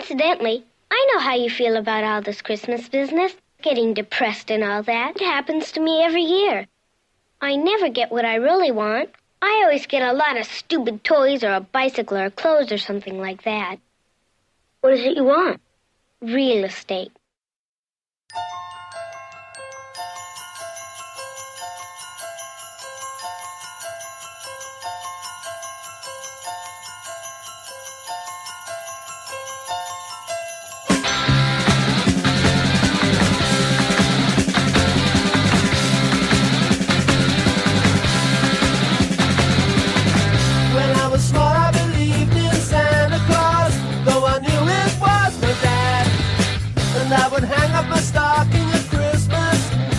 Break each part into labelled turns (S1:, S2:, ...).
S1: Incidentally, I know how you feel about all this Christmas business, getting depressed and all that. It happens to me every year. I never get what I really want. I always get a lot of stupid toys or a bicycle or clothes or something like that. What is it you want? Real estate.
S2: When I was small, I believed in Santa Claus, though I knew it was my dad. And I would hang up my stocking at Christmas,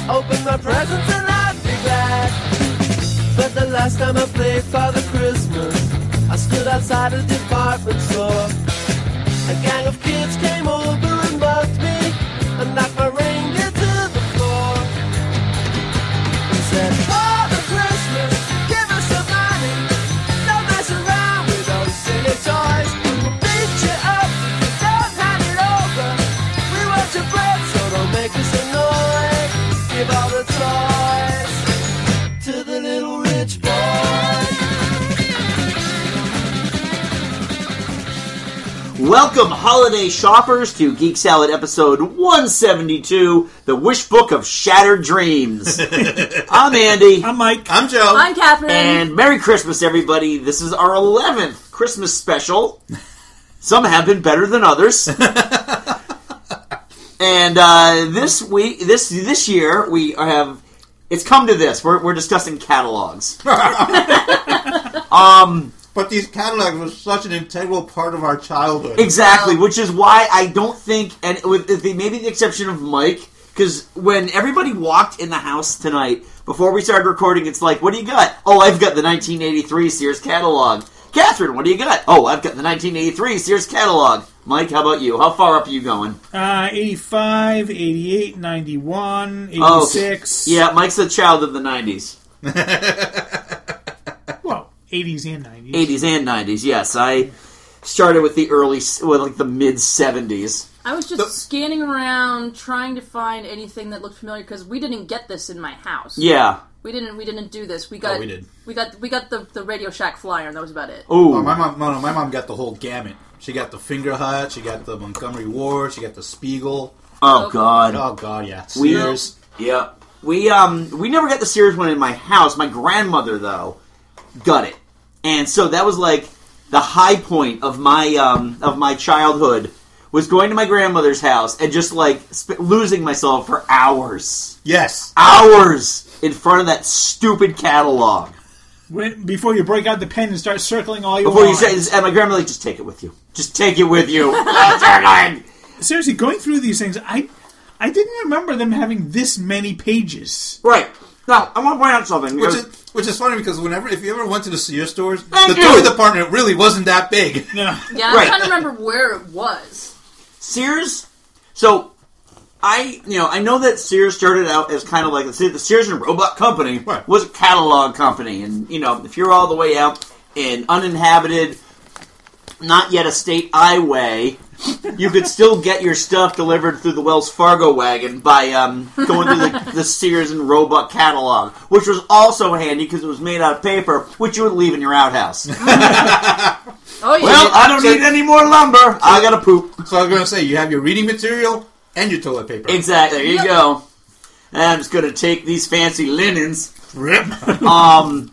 S2: open my presents, and I'd be glad. But the last time I played Father Christmas, I stood outside a department store. A gang of kids came over and mugged me, and knocked my reindeer to the floor. And said, Father Christmas, give us some money. Don't mess around with those silly toys. We'll beat you up. Don't hand it over. We want your bread, so don't make us annoyed. Give all the toys to the little rich boy.
S3: Welcome, holiday shoppers, to Geek Salad episode 172, the Wish Book of Shattered Dreams. I'm Andy,
S4: I'm Mike.
S5: I'm Joe.
S6: I'm Catherine.
S3: Oh. and Merry Christmas, everybody. This is our 11th Christmas special. Some have been better than others. and uh, this week, this this year, we have it's come to this. We're, we're discussing catalogs. Um,
S5: but these catalogs were such an integral part of our childhood.
S3: Exactly, which is why I don't think, and with with the, maybe the exception of Mike, because when everybody walked in the house tonight before we started recording, it's like, "What do you got?" Oh, I've got the 1983 Sears catalog. Catherine, what do you got? Oh, I've got the 1983 Sears catalog. Mike, how about you? How far up are you going?
S4: Uh, 85, 88, 91,
S3: Oh,
S4: 86.
S3: Yeah, Mike's a child of the 90s,
S4: Well, 80s and 90s.
S3: 80s and 90s. Yes, I started with the early, s- well, like the mid 70s.
S6: I was just scanning around trying to find anything that looked familiar because we didn't get this in my house.
S3: Yeah.
S6: We didn't. We didn't do this. We got.
S5: we did.
S6: We got. We got the, the Radio Shack flyer, and that was about it.
S5: Oh, my
S3: Oh,
S5: mom, no, no, my mom got the whole gamut. She got the Finger Hut. She got the Montgomery Ward. She got the Spiegel.
S3: oh God.
S5: Oh God, yeah,
S3: We-
S5: Sears.
S3: Yeah. We um we never got the Sears one in my house. My grandmother though got it. And so that was like the high point of my um of my childhood was going to my grandmother's house and just like sp- losing myself for hours.
S5: Yes,
S3: Hours in front of that stupid catalog.
S4: When, before you break out the pen and start circling all you
S3: Before you
S4: want.
S3: say and my grandmother like just take it with you. Just take it with you. Oh, darn it.
S4: Seriously, going through these things, I I didn't remember them having this many pages.
S3: right. Now, I want to point out something.
S5: which
S3: because-
S5: is which is funny because whenever if you ever went to the Sears stores,
S3: I
S5: the
S3: do.
S5: toy department really wasn't that big.
S4: No.
S6: Yeah, I'm
S3: Right.
S6: trying to remember where it was.
S3: Sears. So I, you know, I know that Sears started out as kind of like the Sears and Robot Company
S5: Right.
S3: was a catalog company, and you know, if you're all the way out in uninhabited, not yet a state highway, you could still get your stuff delivered through the Wells Fargo wagon by um, going through the, the Sears and Roebuck catalog, which was also handy because it was made out of paper, which you would leave in your outhouse.
S6: Oh yeah.
S3: well, I don't need any more lumber. I gotta poop.
S5: So I was going to say, you have your reading material and your toilet paper.
S3: Exactly. There you
S6: Yep.
S3: go. And I'm just gonna take these fancy linens.
S5: Rip.
S3: Um,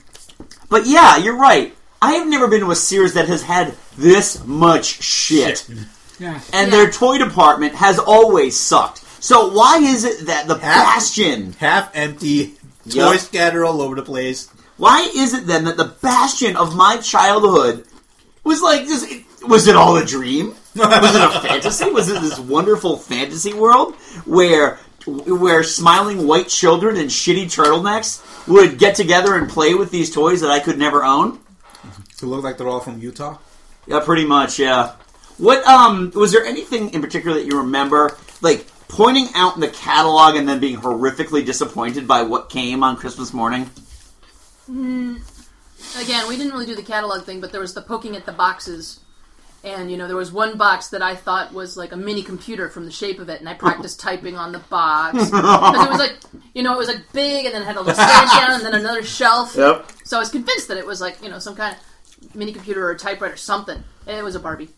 S3: but yeah, you're right. I have never been to a Sears that has had this much shit,
S4: Yeah.
S3: and
S6: Yeah.
S3: their toy department has always sucked. So why is it that the
S5: Yeah.
S3: Bastion?
S5: Half empty. Toys
S3: Yep.
S5: scattered all over the place.
S3: Why is it then that the Bastion of my childhood was like this? It, was it all a dream? Was it a fantasy? Was it this wonderful fantasy world where where smiling white children in shitty turtlenecks would get together and play with these toys that I could never own?
S5: Who look like they're all from Utah.
S3: Yeah, pretty much. Yeah. What um was there anything in particular that you remember, like pointing out in the catalog and then being horrifically disappointed by what came on Christmas morning?
S6: Again, we didn't really do the catalog thing, but there was the poking at the boxes. And you know, there was one box that I thought was like a mini computer from the shape of it, and I practiced typing on the box because it was like, you know, it was like big, and then it had a little stand down, and then another shelf.
S3: Yep.
S6: So I was convinced that it was like you know some kind of mini computer or typewriter or something, and it was a Barbie.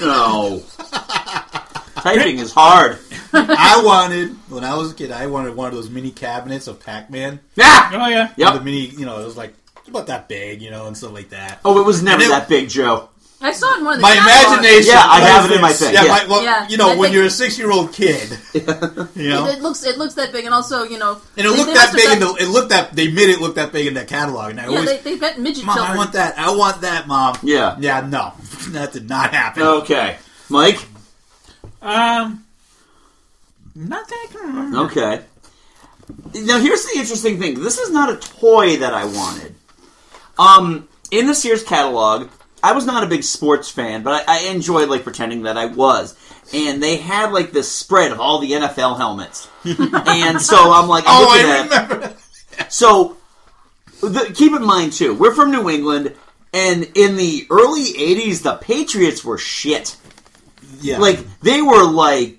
S3: No. Typing is hard.
S5: I wanted when I was a kid. I wanted one of those mini cabinets of Pac-Man.
S3: Ah!
S4: Oh yeah.
S3: Yep.
S5: The mini, you know, it was like about that big, you know, and stuff like that.
S3: Oh, it was never
S5: And it-
S3: that big, Joe.
S6: I saw it in one of the
S5: My
S6: catalogs.
S5: imagination.
S3: Yeah, I
S5: was
S3: have it in my
S5: this.
S3: thing,
S5: Yeah,
S3: yeah.
S5: My, well,
S6: Yeah,
S5: you know,
S6: I
S5: when
S6: think-
S5: you're a six-year-old kid, you know,
S6: It, it looks it looks that big, and also you know,
S5: and it
S6: they-
S5: looked
S6: they
S5: that
S6: must
S5: big.
S6: have
S5: In the,
S6: got-
S5: it looked that they made it look that big in that catalog, and I
S6: yeah,
S5: always,
S6: they, they've got midget
S5: mom,
S6: children.
S5: I want that. I want that, mom.
S3: Yeah.
S5: yeah. No, that did not happen.
S3: Okay. Mike?
S4: Um, not that I can remember.
S3: Okay. Now here's the interesting thing. This is not a toy that I wanted. Um, in this year's catalog, I was not a big sports fan, but I, I enjoyed like pretending that I was. And they had like this spread of all the NFL helmets, and so I'm like, I'm
S5: Oh,
S3: looking
S5: I
S3: at-
S5: remember.
S3: So, the, keep in mind too, we're from New England, and in the early '80s, the Patriots were shit.
S5: Yeah,
S3: Like they were like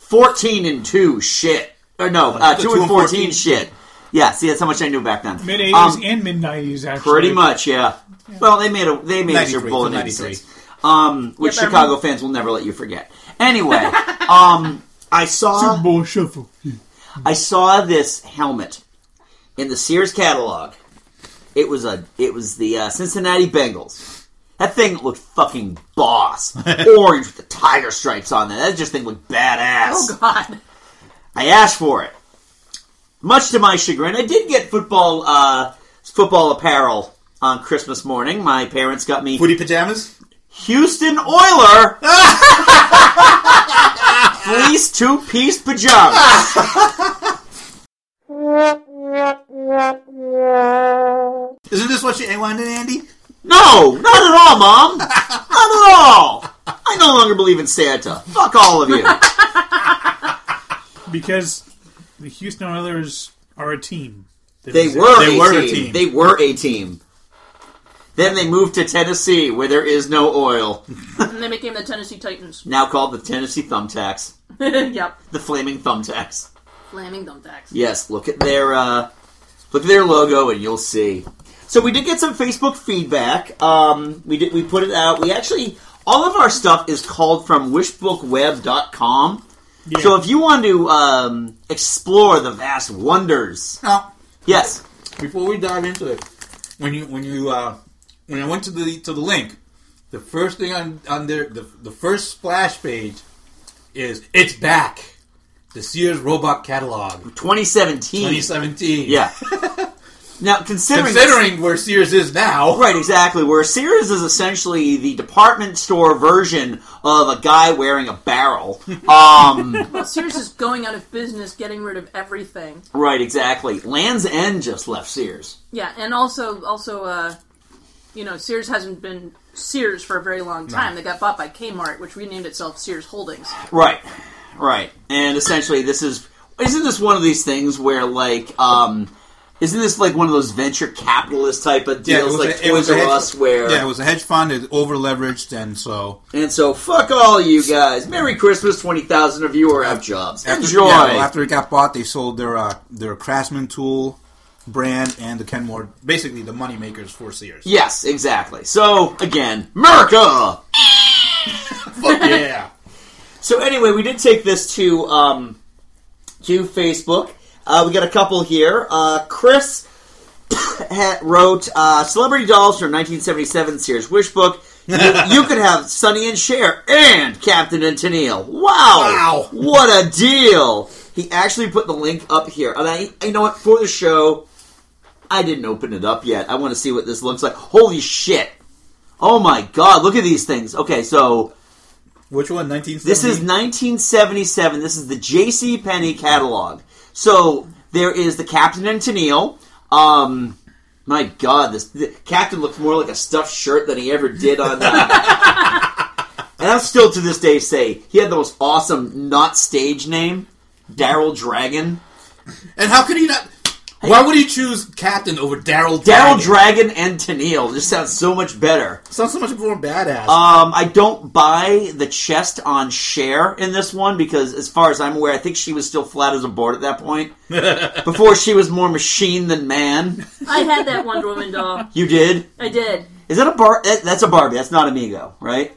S3: fourteen and two shit. Or no, uh, two, and fourteen shit. Yeah, see, that's how much I knew back then.
S4: Mid eighties
S3: Um,
S4: and mid nineties actually.
S3: pretty much, yeah. Well, they made a they made a Super
S5: 93,
S3: Bowl in
S5: from
S3: '96, um, which
S6: Yeah, but I
S3: Chicago
S6: remember-
S3: fans will never let you forget. Anyway, um, I saw
S4: Super Bowl shuffle.
S3: I saw this helmet in the Sears catalog. It was a it was the uh, Cincinnati Bengals. That thing looked fucking boss. Orange with the tiger stripes on there. That just thing looked badass.
S6: Oh God!
S3: I asked for it. Much to my chagrin, I did get football uh, football apparel on Christmas morning. My parents got me
S5: footy pajamas.
S3: Houston Oiler fleece two piece pajamas.
S5: Isn't this what you wanted, Andy?
S3: No, not at all, Mom. Not at all. I no longer believe in Santa. Fuck all of you.
S4: because the Houston Oilers are a team.
S3: They were
S5: They
S3: a
S5: were a
S3: team.
S5: team.
S3: They were a team. Then they moved to Tennessee, where there is no oil.
S6: And they became the Tennessee Titans.
S3: Now called the Tennessee Thumbtacks.
S6: yep,
S3: The Flaming Thumbtacks.
S6: flaming thumbtacks.
S3: Yes, look at their uh, look at their logo, and you'll see. So we did get some Facebook feedback. Um, we did we put it out. We actually all of our stuff is called from wishbookweb.com. So if you want to um, explore the vast wonders,
S5: No.
S3: yes,
S5: Before we dive into it, when you when you uh, when I went to the to the link, the first thing on on their the, the first splash page is it's back. The Sears Robot Catalog
S3: 2017.
S5: 2017.
S3: Yeah. now considering,
S5: Considering where Sears is now,
S3: Right, exactly. Where Sears is essentially the department store version of a guy wearing a barrel. Um,
S6: Well, Sears is going out of business, getting rid of everything.
S3: Right, exactly. Land's End just left Sears.
S6: Yeah, and also, also, uh, you know, Sears hasn't been Sears for a very long time. They got bought by Kmart, which renamed itself Sears Holdings.
S3: Right, right. And essentially, this is isn't this one of these things where like um, isn't this like one of those venture capitalist type of
S5: Yeah,
S3: deals like
S5: a- it was
S3: Toys R
S5: a hedge-
S3: Us where
S5: yeah, it was a hedge fund. It over leveraged, and so
S3: and so fuck all you guys. Merry Christmas, twenty thousand of you are out of jobs. Enjoy.
S5: yeah, well, after it got bought, they sold their uh, their Craftsman tool brand and the Kenmore, basically the money makers for Sears.
S3: yes, exactly. So again, America.
S5: Fuck yeah.
S3: So anyway, we did take this to um, to Facebook. Uh, we got a couple here. Uh, Chris had- wrote uh, "Celebrity Dolls" from 1977 Sears Wish Book. You, you could have Sonny and Cher and Captain and Tennille. Wow,
S5: Wow.
S3: what a deal! He actually put the link up here, and I, you know what, for the show, I didn't open it up yet. I want to see what this looks like. Holy shit! Oh my god, look at these things. Okay, so
S5: Which one? Nineteen.
S3: this is 1977. This is the J.C. Penney catalog. So there is the Captain and Tennille. Um, my God, this the Captain looks more like a stuffed shirt than he ever did on that. and I still to this day say he had the most awesome not stage name, Daryl Dragon.
S5: And how could he not? Why would he choose Captain over Daryl?
S3: Daryl Dragon and Tennille just sounds so much better.
S5: sounds so much more badass.
S7: Uh,
S3: Um, I don't buy the chest on Cher in this one because, as far as I'm aware, I think she was still flat as a board at that point. Before she was more machine than man.
S6: I had that Wonder Woman doll.
S3: You did?
S6: I did.
S3: Is that a bar? that- That's a Barbie. That's not Amigo, right?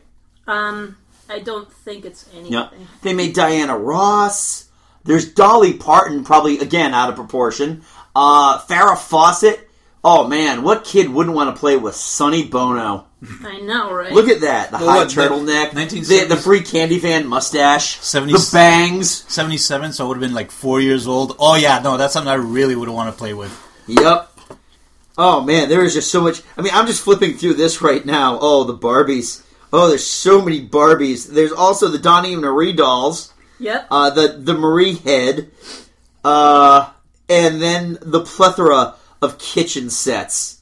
S6: Um, I don't think it's anything.
S3: Yeah. They made Diana Ross. There's Dolly Parton, probably again out of proportion. Uh, Farrah Fawcett. Oh man, what kid wouldn't want to play with Sonny Bono?
S6: I know, right?
S3: Look at that. The
S5: Well,
S3: high
S5: what, the
S3: turtleneck, the,
S5: 1970s
S3: the free candy van mustache,
S7: 70s
S3: the bangs.
S7: 77, so I would have been like four years old. Oh, yeah, no, that's something I really would want to play with.
S3: Yep. Oh man, there is just so much. I mean, I'm just flipping through this right now. Oh, the Barbies. Oh, there's so many Barbies. There's also the Donnie and Marie dolls.
S6: yep.
S3: uh, the the Marie head, uh, and then the plethora of kitchen sets.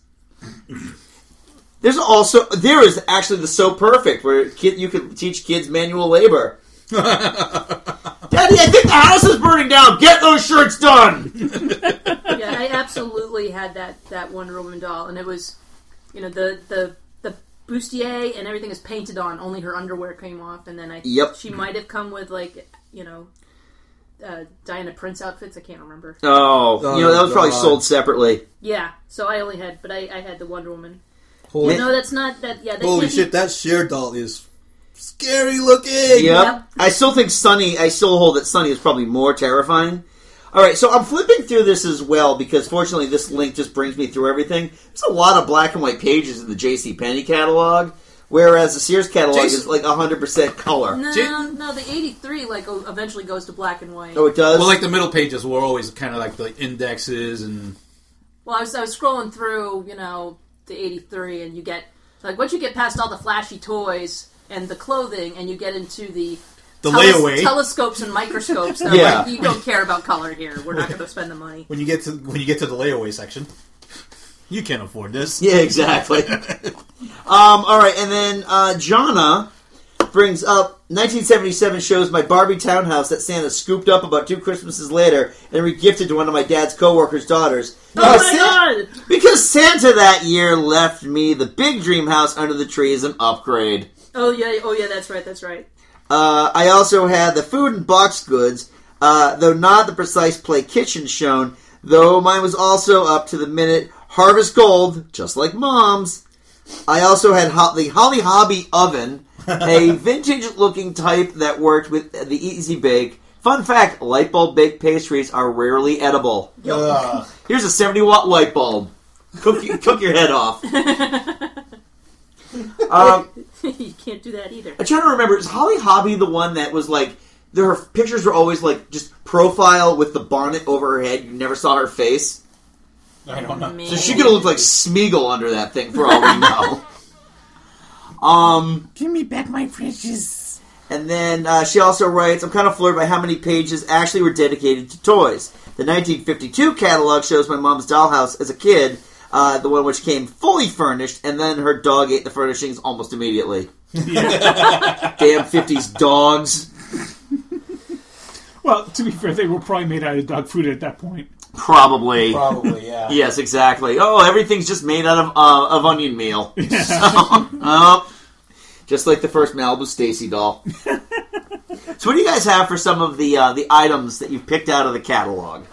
S3: There's also there is actually the so perfect where kid, you can teach kids manual labor. Daddy, I think the house is burning down. Get those shirts done.
S6: yeah, I absolutely had that that Wonder Woman doll, and it was, you know, the the the bustier and everything is painted on. Only her underwear came off, and then I
S3: Yep.
S6: she might have come with like you know. Uh, Diana Prince outfits. I can't remember.
S3: Oh, you know that was probably
S5: God.
S3: sold separately.
S6: Yeah, so I only had, but I, I had the Wonder Woman.
S5: Holy,
S6: No, that's not that. Yeah, that
S5: holy
S6: can't be-
S5: shit, that Cher doll is scary looking.
S3: Yep.
S6: Yep.
S3: I still think Sunny. I still hold that Sunny is probably more terrifying. All right, so I'm flipping through this as well because fortunately this link just brings me through everything. There's a lot of black and white pages in the J.C. Penney catalog, whereas the Sears catalog
S5: Jason-
S3: is like 100% color.
S6: No,
S5: J-
S6: no, the '83 like o- eventually goes to black and white.
S3: Oh, it does.
S5: Well, like the middle pages were always kind of like the indexes and
S6: Well, I was, I was scrolling through, you know, the 83, and you get, like, once you get past all the flashy toys and the clothing, and you get into the
S5: the
S6: teles-
S5: layaway.
S6: telescopes and microscopes, they're
S3: Yeah.
S6: like, you don't care about color here. We're not going to spend the money.
S7: When you get to when you get to the layaway section, you can't afford this.
S3: yeah, exactly. um, all right, and then uh, Jana brings up 1977 shows my Barbie townhouse that Santa scooped up about two Christmases later and regifted to one of my dad's coworkers' daughters.
S6: Oh
S3: Uh,
S6: my
S3: Sa-
S6: god!
S3: Because Santa that year left me the big dream house under the tree as an upgrade.
S6: Oh yeah, oh yeah, that's right, that's right.
S3: Uh, I also had the food and box goods, uh, though not the precise play kitchen shown, though mine was also up to the minute harvest gold, just like mom's. I also had ho- the Holly Hobby oven, a vintage looking type that worked with the Easy Bake. Fun fact light bulb baked pastries are rarely edible.
S7: Ugh.
S3: Here's a 70 watt light bulb. Cook, you- cook your head off. Um,
S6: you can't do that either.
S3: I'm trying to remember. Is Holly Hobby the one that was like the, her pictures were always like just profile with the bonnet over her head? You never saw her face,
S7: I don't know.
S3: so she could have looked like Smeagol under that thing for all we know. um,
S4: Give me back my fridges.
S3: and then uh, she also writes, "I'm kind of floored by how many pages actually were dedicated to toys. The 1952 catalog shows my mom's dollhouse as a kid." Uh, the one which came fully furnished, and then her dog ate the furnishings almost immediately. Damn 50s dogs.
S4: Well, to be fair, they were probably made out of dog food at that point.
S3: Probably.
S7: Probably, yeah.
S3: Yes, exactly. Oh, everything's just made out of uh, of onion meal. So, oh, just like the first Malibu Stacy doll. so, what do you guys have for some of the uh, the items that you've picked out of the catalog?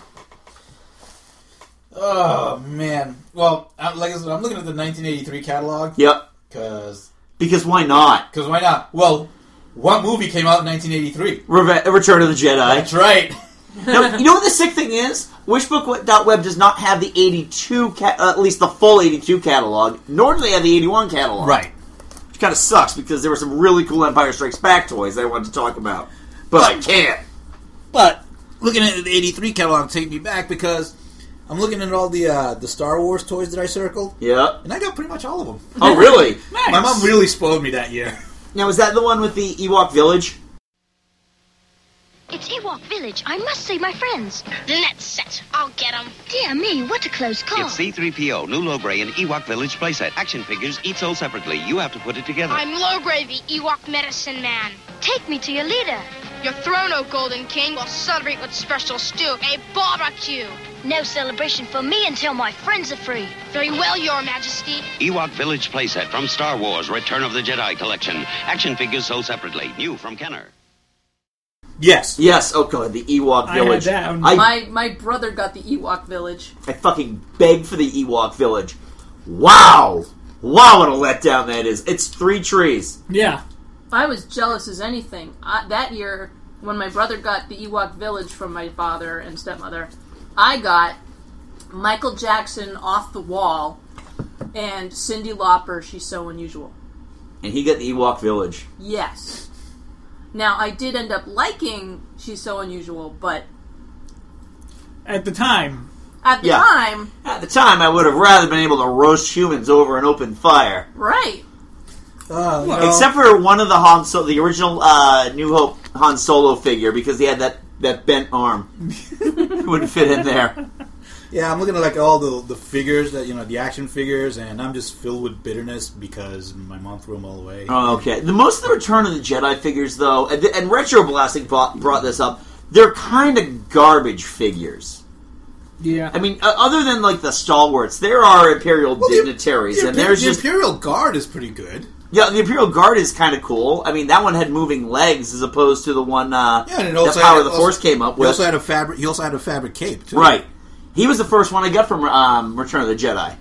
S5: Oh man! Well, I- like I said, I'm looking at the 1983 catalog
S3: Yep.
S5: because
S3: Because why not?
S5: because why not? Well, what movie came out in 1983?
S3: Reve- Return of the Jedi.
S5: That's right.
S3: now, you know what the sick thing is? Wishbook.web does not have the 82, ca- uh, at least the full 82 catalog, nor do they have the 81 catalog.
S7: Right.
S3: Which kind of sucks because there were some really cool Empire Strikes Back toys that I wanted to talk about. But I can't.
S5: But looking at the '83 catalog, take me back because I'm looking at all the uh, the Star Wars toys that I circled,
S3: Yeah.
S5: and I got pretty much all of them.
S3: Oh, really?
S5: My mom really spoiled me that year.
S3: Now, is that the one with the Ewok village?
S8: It's Ewok Village. I must save my friends.
S1: Let's it. I'll get 'em.
S8: Dear me, what a close call.
S9: It's C3PO, New Lowbray, and Ewok Village playset. Action figures, each sold separately. You have to put it together.
S8: I'm Lowgrave, the Ewok medicine man. Take me to your leader. Your throne, O Golden King, will celebrate with special stew, a barbecue. No celebration for me until my friends are free. Very well, Your Majesty.
S9: Ewok Village playset from Star Wars Return of the Jedi Collection. Action figures sold separately. New from Kenner.
S5: Yes.
S3: Yes, oh god, the Ewok
S4: I had
S3: Village.
S4: that one.
S3: I,
S6: My my brother got the Ewok village.
S3: I fucking beg for the Ewok Village. Wow! Wow, what a letdown that is. It's three trees.
S4: Yeah.
S6: I was jealous as anything. I, that year, when my brother got the Ewok village from my father and stepmother, I got Michael Jackson off the wall and Cindy Lauper. She's so unusual.
S3: And he got the Ewok Village.
S6: Yes. Now I did end up liking She's So Unusual, but
S4: At the time.
S6: at the
S3: Yeah.
S6: time,
S3: At the time, I would have rather been able to roast humans over an open fire.
S6: right?
S5: Uh, you know,
S3: Except for one of the Han Solo, the original uh, New Hope Han Solo figure, because he had that, that bent arm. it wouldn't fit in there.
S5: yeah, I'm looking at like all the the figures that you know, the action figures, and I'm just filled with bitterness because my mom threw them all away.
S3: Oh, okay. The most of the Return of the Jedi figures, though, and, and Retro Blasting brought, brought this up, they're kind of garbage figures.
S4: Yeah.
S3: I mean, uh, other than like the stalwarts, there are Imperial
S5: the-
S3: dignitaries,
S5: The,
S3: and there's
S5: the
S3: just
S5: Imperial Guard is pretty good.
S3: yeah. The Imperial Guard is kind of cool. I mean, that one had moving legs as opposed to the one uh,
S5: Yeah, and it
S3: that
S5: also
S3: Power
S5: had-
S3: of the
S5: also-
S3: Force came up
S5: He
S3: with.
S5: also had a fabric. He also had a fabric cape too.
S3: Right. He was the first one I got from um, Return of the Jedi.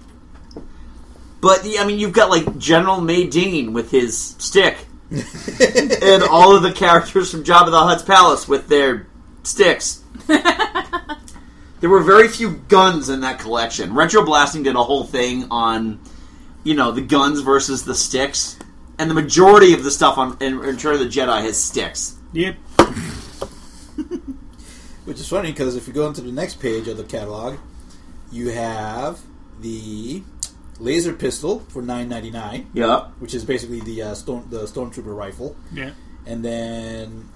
S3: But the- I mean, you've got like General Maydeen with his stick, and all of the characters from Jabba the Hutt's palace with their sticks. there were very few guns in that collection. Retro Blasting did a whole thing on, you know, the guns versus the sticks, and the majority of the stuff on in Return of the Jedi has sticks.
S4: Yep.
S5: Which is funny because if you go into the next page of the catalog, you have the laser pistol for nine ninety nine,
S3: Yeah.
S5: which is basically the uh, stone the stormtrooper rifle,
S4: Yeah.
S5: and then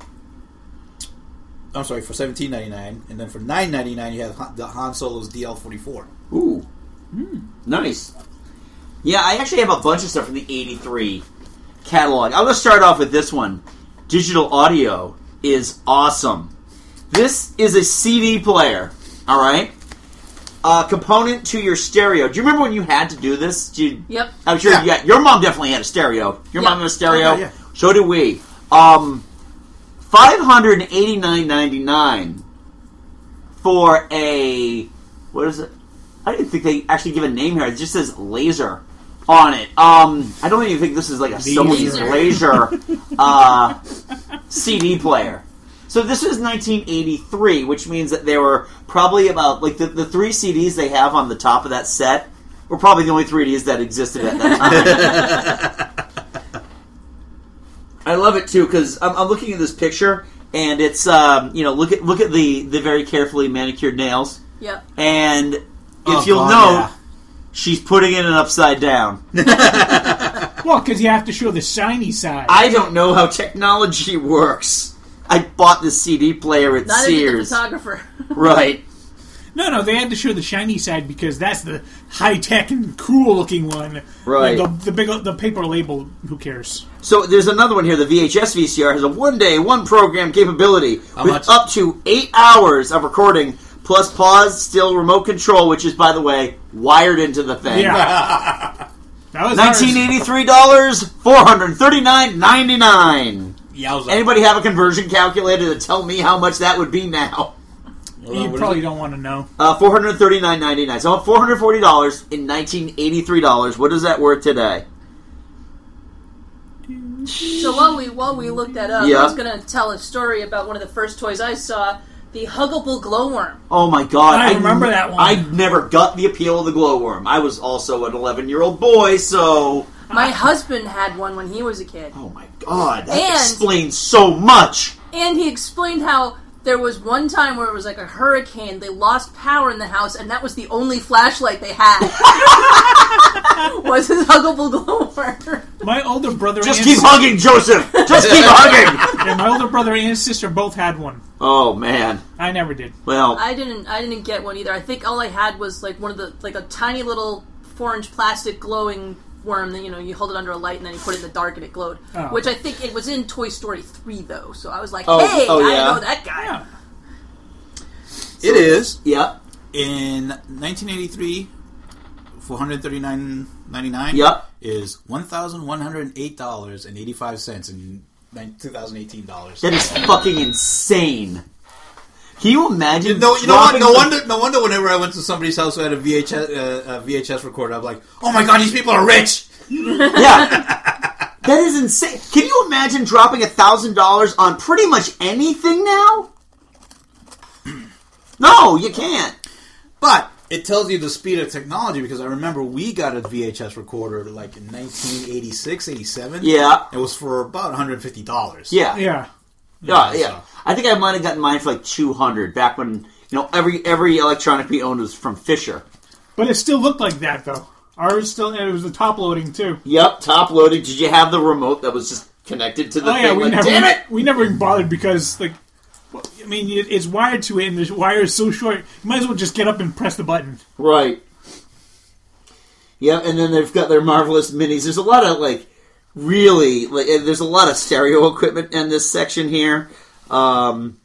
S5: I'm sorry for seventeen ninety nine, and then for nine ninety nine you have Han, the Han Solo's DL forty four.
S3: Ooh. Hmm. Nice. Yeah, I actually have a bunch of stuff from the 83 catalog. I'm going to start off with this one. Digital audio is awesome. This is a CD player, all right? A component to your stereo. Do you remember when you had to do this? Do you,
S6: Yep.
S3: I'm sure
S5: Yeah.
S3: you got, your mom definitely had a stereo. Your
S6: Yeah.
S3: mom had a stereo.
S5: Oh, yeah.
S3: So did we. Um, five hundred eighty nine ninety nine for a what is it? I didn't think they actually give a name here. It just says laser on it. Um, I don't even think this is like a someone's laser uh, CD player. So this was 1983, which means that there were probably about like the, the three CDs they have on the top of that set were probably the only three CDs that existed at that time. I love it too because I'm, I'm looking at this picture and it's um, you know look at look at the the very carefully manicured nails
S6: Yep.
S3: and if
S5: Oh,
S3: you'll
S5: God,
S3: know
S5: yeah.
S3: she's putting it in upside down.
S4: Well, because you have to show the shiny side.
S3: I don't know how technology works. I bought this CD player at
S6: Neither did the
S3: Sears,
S6: photographer.
S3: right?
S4: no, no, they had to show the shiny side because that's the high tech and cool looking one.
S3: Right.
S4: The, the big the paper label. Who cares?
S3: So there's another one here. The VHS VCR has a one-day, one-program capability with
S5: much?
S3: up to eight hours of recording, plus pause, still, remote control, which is, by the way, wired into the thing.
S4: Yeah. that was ours.
S3: $1983, $439.99.
S5: Yowza!
S3: Anybody have a conversion calculator to tell me how much that would be now?
S5: Hold on,
S4: You
S5: what is
S4: probably
S5: it?
S4: don't want to know.
S3: Uh, four hundred thirty nine ninety nine. So four hundred forty dollars in nineteen eighty three dollars. What is that worth today?
S6: So while we while we looked that up,
S3: Yeah.
S6: I was going to tell a story about one of the first toys I saw, the Huggable Glowworm.
S3: Oh my god!
S4: I remember that one.
S3: I never got the appeal of the glowworm. I was also an eleven year old boy, so
S6: My husband had one when he was a kid,
S3: oh my god, that
S6: And-
S3: explains so much.
S6: and he explained how there was one time where it was like a hurricane. They lost power in the house, and that was the only flashlight they had. was his Huggable Glowworm?
S4: My older brother
S3: Just
S4: and
S3: keep
S4: sis-
S3: hugging, Joseph. Just keep hugging.
S4: yeah, my older brother and his sister both had one.
S3: Oh man.
S4: I never did.
S3: Well,
S6: I didn't. I didn't get one either. I think all I had was like one of the like a tiny little orange plastic glowing worm that you know you hold it under a light and then you put it in the dark and it glowed.
S4: Oh.
S6: Which I think it was in Toy Story three though. So I was like,
S3: Oh,
S6: hey,
S3: oh,
S6: I
S3: yeah.
S6: know that guy.
S4: Yeah.
S5: It is
S3: yeah.
S7: in 1983, 439.99.
S3: Yep.
S7: Is one thousand one hundred eight dollars and eighty five cents in nine- 2018 dollars.
S3: That is fucking insane. Can you imagine?
S5: No, you know what?
S3: dropping
S5: No
S3: the-
S5: wonder. No wonder. Whenever I went to somebody's house who had a VHS uh, a VHS recorder, I'm like, "Oh my god, these people are rich."
S3: Yeah. That is insane. Can you imagine dropping a thousand dollars on pretty much anything now? No, you can't.
S5: But it tells you the speed of technology because I remember we got a VHS recorder like in 1986, 87.
S3: Yeah.
S5: It was for about 150 dollars.
S3: Yeah.
S4: Yeah.
S3: Yeah,
S5: Yeah,
S3: yeah.
S5: so-
S3: I think I might have gotten mine for like two hundred back when you know every every electronic we owned was from Fisher.
S4: But it still looked like that, though. Ours still, and it was the top loading, too.
S3: Yep, top loaded. Did you have the remote that was just connected to the
S4: Oh
S3: thing?
S4: yeah, we
S3: Like,
S4: never
S3: Damn it!
S4: we never even bothered because like, well, I mean, it, it's wired to it, and the wire is so short. You might as well just get up and press the button.
S3: Right. Yep, and then they've got their marvelous minis. There's a lot of like really like uh, there's a lot of stereo equipment in this section here. Um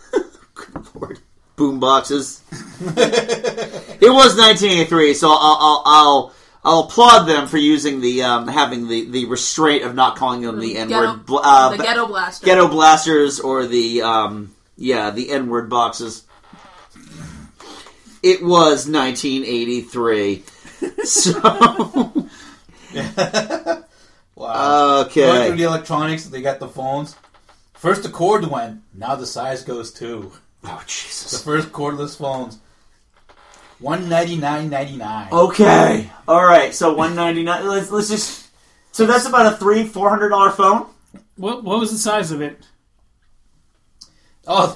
S3: good lord. Boom boxes. it was 1983, so I'll I'll I'll, I'll applaud them for using the um, having the, the restraint of not calling them the N
S6: Ghetto-
S3: word bl- uh,
S6: the
S3: ba-
S6: ghetto blaster.
S3: ghetto blasters or the um, yeah the N word boxes. It was 1983. So
S5: Wow. Going through
S3: okay,
S5: the electronics, they got the phones. First the cord went. Now the size goes too.
S3: oh
S5: The
S3: Jesus.
S5: first cordless phones. One ninety nine ninety nine.
S3: Oh. Okay, all right. So 199. Let's let's just. So that's about a three four hundred dollar phone.
S4: What what was the size of it?
S5: Oh,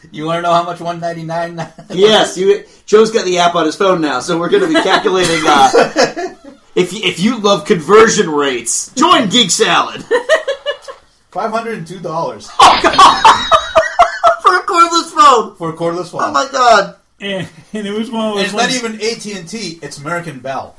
S5: you want to know how much one ninety nine?
S3: Yes, you. Joe's got the app on his phone now, so we're going to be calculating. Uh, if you, if you love conversion rates, join Geek Salad
S5: Five hundred and two dollars
S3: for a cordless phone.
S5: for a cordless phone.
S3: Oh my god.
S4: And, and it was one of those.
S5: And it's not
S4: ones-
S5: even AT and T. It's American Bell.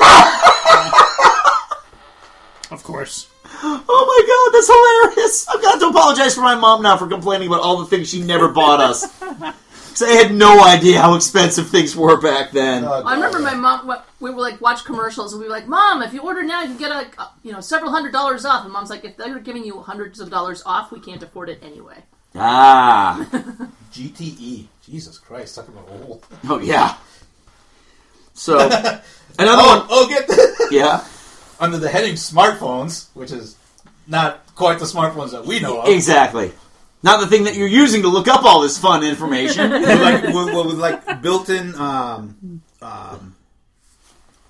S4: of course.
S3: Oh my god, that's hilarious! I've got to apologize for my mom now for complaining about all the things she never bought us. Because I had no idea how expensive things were back then.
S5: Uh,
S6: I remember my mom. what- We were like watch commercials, and we were like, "Mom, if you order now, you can get like uh, you know several hundred dollars off." And mom's like, "If they're giving you hundreds of dollars off, we can't afford it anyway."
S3: Ah.
S5: GTE. E. Jesus Christ, talking about old.
S3: Oh yeah. So, another
S5: Oh,
S3: one.
S5: oh, get this.
S3: Yeah.
S5: under the heading smartphones, which is not quite the smartphones that we know of.
S3: Exactly. Not the thing that you're using to look up all this fun information.
S5: with like with, with- with like built-in um, um,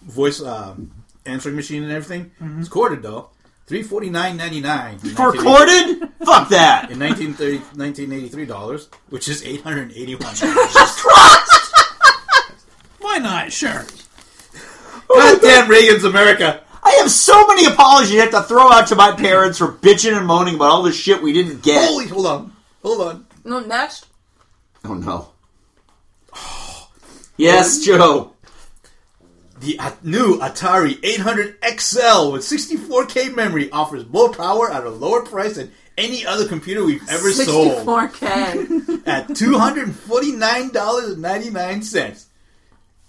S5: voice um, answering machine and everything. It's corded though. Three forty nine ninety nine
S3: Mm-hmm. For corded? Fuck that.
S5: in 1930, 1983 dollars, which is eight hundred eighty one.
S4: Why not? Sure.
S5: Goddamn Reagan's America.
S3: I have so many apologies I have to throw out to my parents for bitching and moaning about all the shit we didn't get.
S5: Holy, hold on, hold on.
S6: No, next.
S3: Oh no. Yes, Joe.
S5: The uh, new Atari 800 XL with 64K memory offers more power at a lower price than any other computer we've ever sold.
S6: 64K.
S5: at two hundred forty-nine dollars and ninety-nine cents,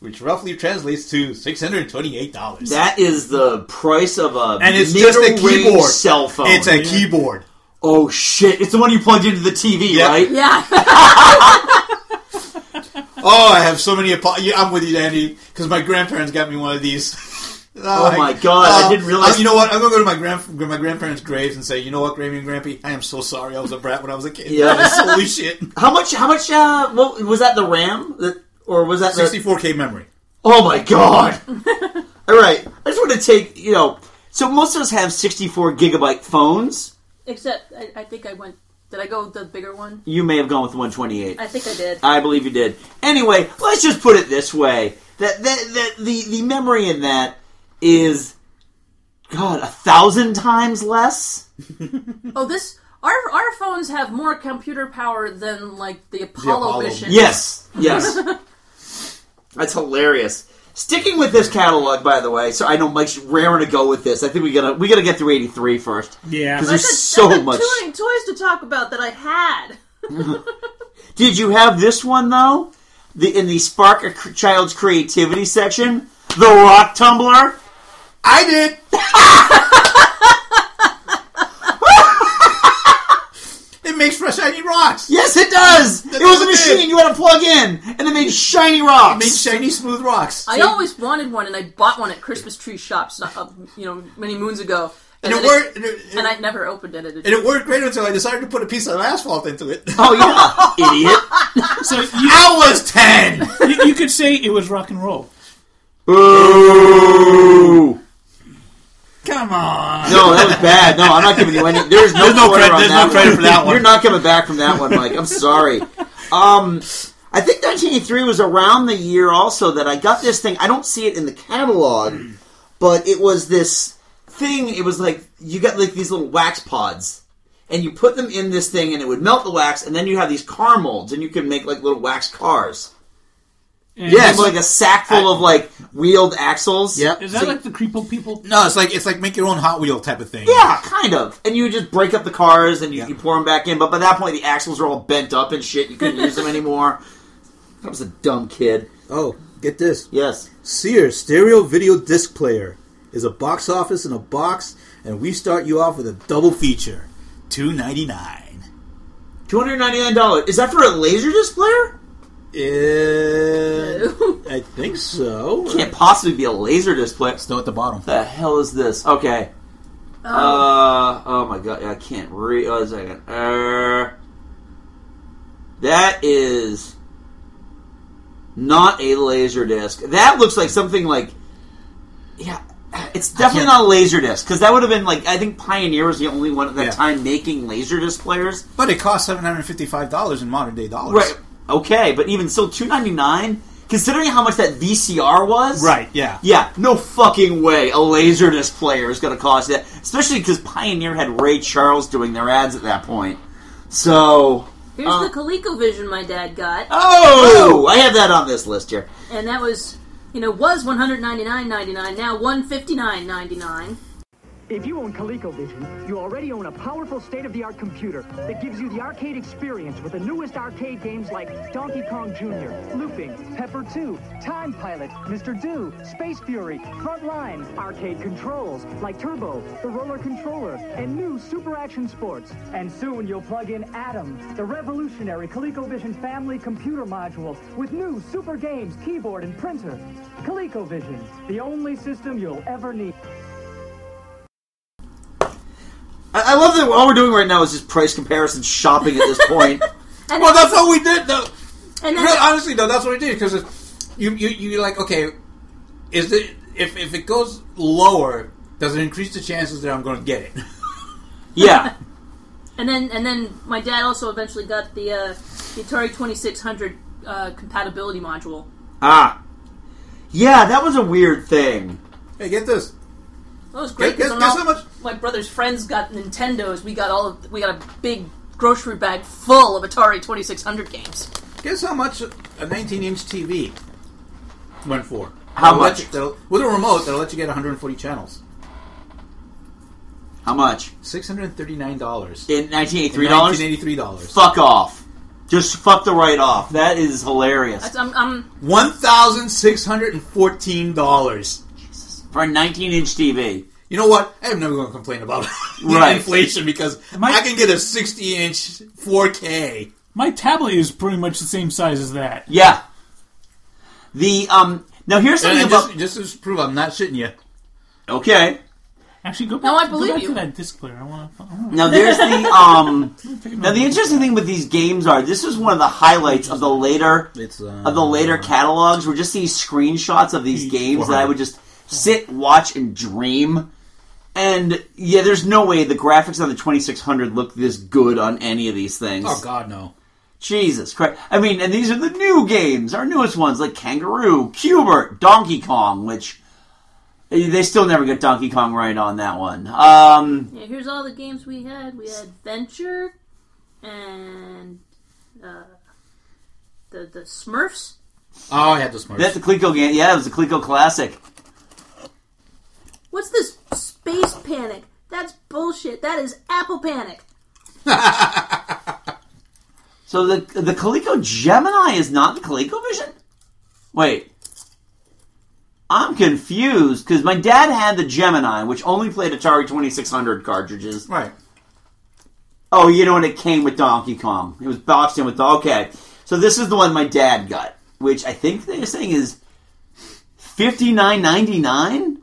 S5: which roughly translates to six hundred twenty-eight dollars.
S3: That is the price of a
S5: And it's just a
S3: middle-range
S5: keyboard.
S3: cell phone.
S5: It's a keyboard.
S3: oh shit! It's the one you plugged into the TV,
S5: Yeah.
S3: right?
S6: yeah.
S5: Oh, I have so many. Apo- yeah, I'm with you, Danny, because my grandparents got me one of these. uh,
S3: Oh my God, I didn't realize-
S5: you know what? I'm gonna go to my grand my grandparents' graves and say, you know what, Grammy and Grampy, I am so sorry. I was a brat when I was a kid.
S3: Yeah.
S5: holy shit.
S3: How much? How much? Uh, what, was that the RAM? That, or was that the-
S5: 64k memory.
S3: Oh my god! All right, I just want to take you know. So most of us have 64 gigabyte phones.
S6: Except I, I think I went. Did I go with the bigger one?
S3: You may have gone with 128.
S6: I think I did.
S3: I believe you did. Anyway, let's just put it this way: that that, that the the memory in that is, God, a thousand times less.
S6: Oh, this. Our, our phones have more computer power than like the Apollo,
S5: Apollo.
S6: mission.
S3: Yes, yes, that's hilarious. Sticking with this catalog, by the way, so I know Mike's raring to go with this. I think we gotta we gotta get through 83 first.
S4: Yeah.
S3: 'Cause
S6: That's
S3: There's
S6: a-
S3: so
S6: that's a
S3: much-
S6: touring toys to talk about that I had.
S3: Did you have this one though? the in the spark a cr- child's creativity section, the rock tumbler.
S5: I did. it makes fresh shiny rocks.
S3: Yes, it does. it was a
S5: what it is.
S3: machine you had to plug in, and it made shiny
S5: It
S3: rocks.
S5: makes shiny smooth rocks.
S6: I always wanted one, and I bought one at Christmas tree shops, not, uh, you know, many moons ago.
S5: and it
S6: then
S5: worked. And it,
S6: and I never opened it. it,
S5: and it worked great until I decided to put a piece of asphalt into it.
S3: oh yeah, idiot.
S4: So you,
S5: I was ten.
S4: you, you could say it was rock and roll.
S3: Boo.
S5: Come on.
S3: No, that was bad. No, I'm not giving you any. There's no,
S5: There's no
S3: quarter
S5: credit-
S3: on
S5: there's
S3: that
S5: no credit
S3: one.
S5: for that one.
S3: You're not coming back from that one, Mike. I'm sorry. Um, I think 1983 was around the year also that I got this thing. I don't see it in the catalog, but it was this thing. It was like you got like these little wax pods. And you put them in this thing, and it would melt the wax, and then you have these car molds, and you can make like little wax cars.
S4: And
S3: Yes, like a sack full of like wheeled axles.
S5: Yep.
S4: Is that like the creepo people?
S5: No, it's like it's like make your own Hot Wheel type of thing.
S3: Yeah, kind of. And you just break up the cars and you,
S5: Yeah.
S3: you pour them back in. But by that point, the axles are all bent up and shit. You couldn't use them anymore. I was a dumb kid.
S10: Oh, get this.
S3: Yes.
S10: Sears Stereo Video Disc Player is a box office in a box, and we start you off with a double feature.
S5: Two ninety nine.
S3: $299. Is that for a laser disc player?
S10: Uh,
S6: it-
S10: I think so.
S3: Can't possibly be a laser disc player.
S5: Still at the bottom.
S3: the hell is this? Okay. Uh, oh my god, I can't read. Oh, a second. Uh, that is not a laser disc. That looks like something like, yeah, it's definitely not a laser disc because that would have been like I think Pioneer was the only one at that
S5: Yeah.
S3: time making laser disc players.
S5: But it costs seven hundred fifty five dollars in modern day dollars.
S3: Right. Okay, but even still, two ninety nine. Considering how much that VCR was,
S5: Right. Yeah.
S3: yeah, no fucking way a Laserdisc player is going to cost that. Especially because Pioneer had Ray Charles doing their ads at that point. So.
S6: Here's
S5: Uh.
S6: the ColecoVision my dad got,
S3: Oh! I have that on this list here.
S6: and that was, you know, was one hundred ninety nine ninety nine. Now one fifty nine ninety nine.
S11: If you own ColecoVision, you already own a powerful state-of-the-art computer that gives you the arcade experience with the newest arcade games like Donkey Kong Jr., Looping, Pepper 2, Time Pilot, Mr. Do, Space Fury, Frontline, arcade controls like Turbo, the Roller Controller, and new Super Action Sports. And soon you'll plug in Atom, the revolutionary ColecoVision family computer module with new super games, keyboard, and printer. ColecoVision, the only system you'll ever need.
S3: I, I love that all we're doing right now is just price comparison shopping at this point.
S6: And
S5: Well,
S6: then-
S5: that's what we did. Though.
S6: and then
S5: Really, honestly, though, that's what we did because you you you like okay, is it if if it goes lower, does it increase the chances that I'm going to get it?
S3: yeah.
S6: And then, and then my dad also eventually got the, uh, the Atari 2600 uh, compatibility module.
S3: Ah. Yeah, that was a weird thing.
S5: hey, get this.
S6: That was great.
S5: Guess-
S6: 'cause
S5: guess
S6: all
S5: how much-
S6: My brother's friends got Nintendos. We got all of, we got a big grocery bag full of Atari 2600 games.
S5: Guess how much a 19-inch TV went for?
S3: How
S5: That'll let
S3: much?
S5: you- that'll- with a remote, that'll let you get 140 channels.
S3: How much?
S5: Six hundred thirty-nine dollars.
S3: In $1983?
S5: Eighty-three dollars.
S3: Fuck off. Just fuck the right off. That is hilarious.
S6: That's, I'm, I'm
S5: One thousand six hundred and fourteen dollars.
S3: For a 19 inch TV.
S5: You know what? I'm never going to complain about
S3: Right.
S5: inflation because
S4: My-
S5: I can get a 60 inch 4K.
S4: My tablet is pretty much the same size as that.
S3: Yeah. The, um, now here's
S5: And
S3: something
S5: I
S3: about.
S5: just, just to prove I'm not shitting you.
S3: okay.
S4: Actually, go back,
S6: No, I
S4: go
S6: believe
S4: back
S6: you.
S4: to that disc player. I want to. I wanna
S3: Now there's the um.
S4: pick it
S3: Now
S4: up.
S3: the interesting thing with these games are this is one of the highlights of the later
S10: It's uh,
S3: of the later catalogs were just these screenshots of these games that I would just sit, watch, and dream. And yeah, there's no way the graphics on the 2600 look this good on any of these things.
S5: Oh, God, no.
S3: Jesus Christ! I mean, and these are the new games, our newest ones like Kangaroo, Cubert, Donkey Kong, which eh, they still never get Donkey Kong right on that one. Um.
S6: yeah, here's all the games we had. We had Venture and uh, the the Smurfs.
S5: Oh, I had this much.
S3: That's the Clico game. Yeah, it was the Clico classic.
S6: What's this Space Panic? That's bullshit. That is Apple Panic.
S3: So the the Coleco Gemini is not the ColecoVision? Wait. I'm confused because my dad had the Gemini, which only played Atari 2600 cartridges.
S5: Right.
S3: Oh, you know, and it came with Donkey Kong. It was boxed in with. Okay. So this is the one my dad got, which I think they're saying is fifty nine ninety nine.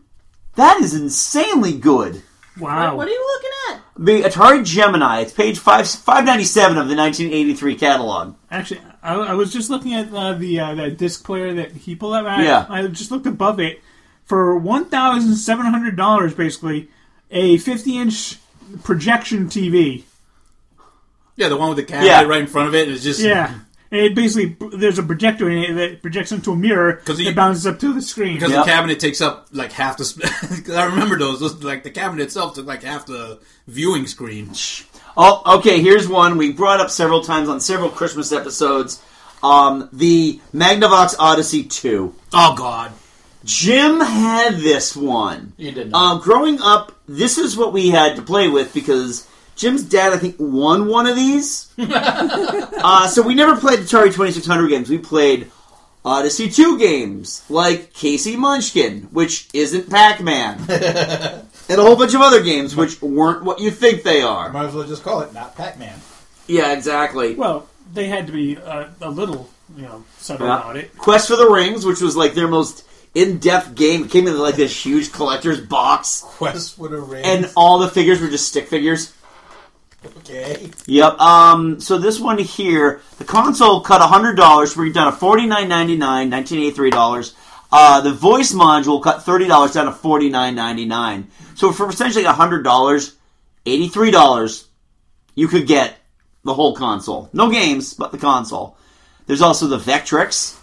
S3: That is insanely good.
S6: What, what are you looking at?
S3: The Atari Gemini. It's page five five ninety seven of the nineteen eighty three catalog.
S4: Actually, I, I was just looking at uh, the uh, that disc player that he pulled up. I,
S3: Yeah.
S4: I just looked above it for one thousand seven hundred dollars, basically a fifty-inch projection TV.
S5: Yeah, the one with the cabinet
S4: Yeah.
S5: right in front of it, and it's just
S4: Yeah, and it basically there's a projector in it that projects into a mirror that bounces up to the screen.
S5: because the cabinet takes up like half the. Because I remember those, those, like the cabinet itself took like half the viewing screen.
S3: Oh, okay. Here's one we brought up several times on several Christmas episodes. Um, the Magnavox Odyssey Two.
S5: Oh God.
S3: Jim had this one.
S5: You did
S3: Uh, growing up, this is what we had to play with because Jim's dad, I think, won one of these. uh, so we never played Atari 2600 games. We played Odyssey 2 games, like Casey Munchkin, which isn't Pac Man, and a whole bunch of other games which weren't what you think they are.
S7: Might as well just call it not Pac-Man.
S3: Yeah, exactly.
S4: Well, they had to be uh, a little, you know, subtle
S3: Yeah.
S4: about it.
S3: Quest for the Rings, which was like their most in-depth game, it came in like this huge collector's box,
S7: Quest for the Rings.
S3: and all the figures were just stick figures.
S7: okay.
S3: Yep. Um, so this one here, the console cut hundred dollars. We're down to forty nine ninety nine, nineteen eighty three dollars. Uh, the voice module cut thirty dollars down to forty nine ninety nine. So for essentially hundred dollars, eighty three dollars, you could get the whole console. No games, but the console. There's also the Vectrex.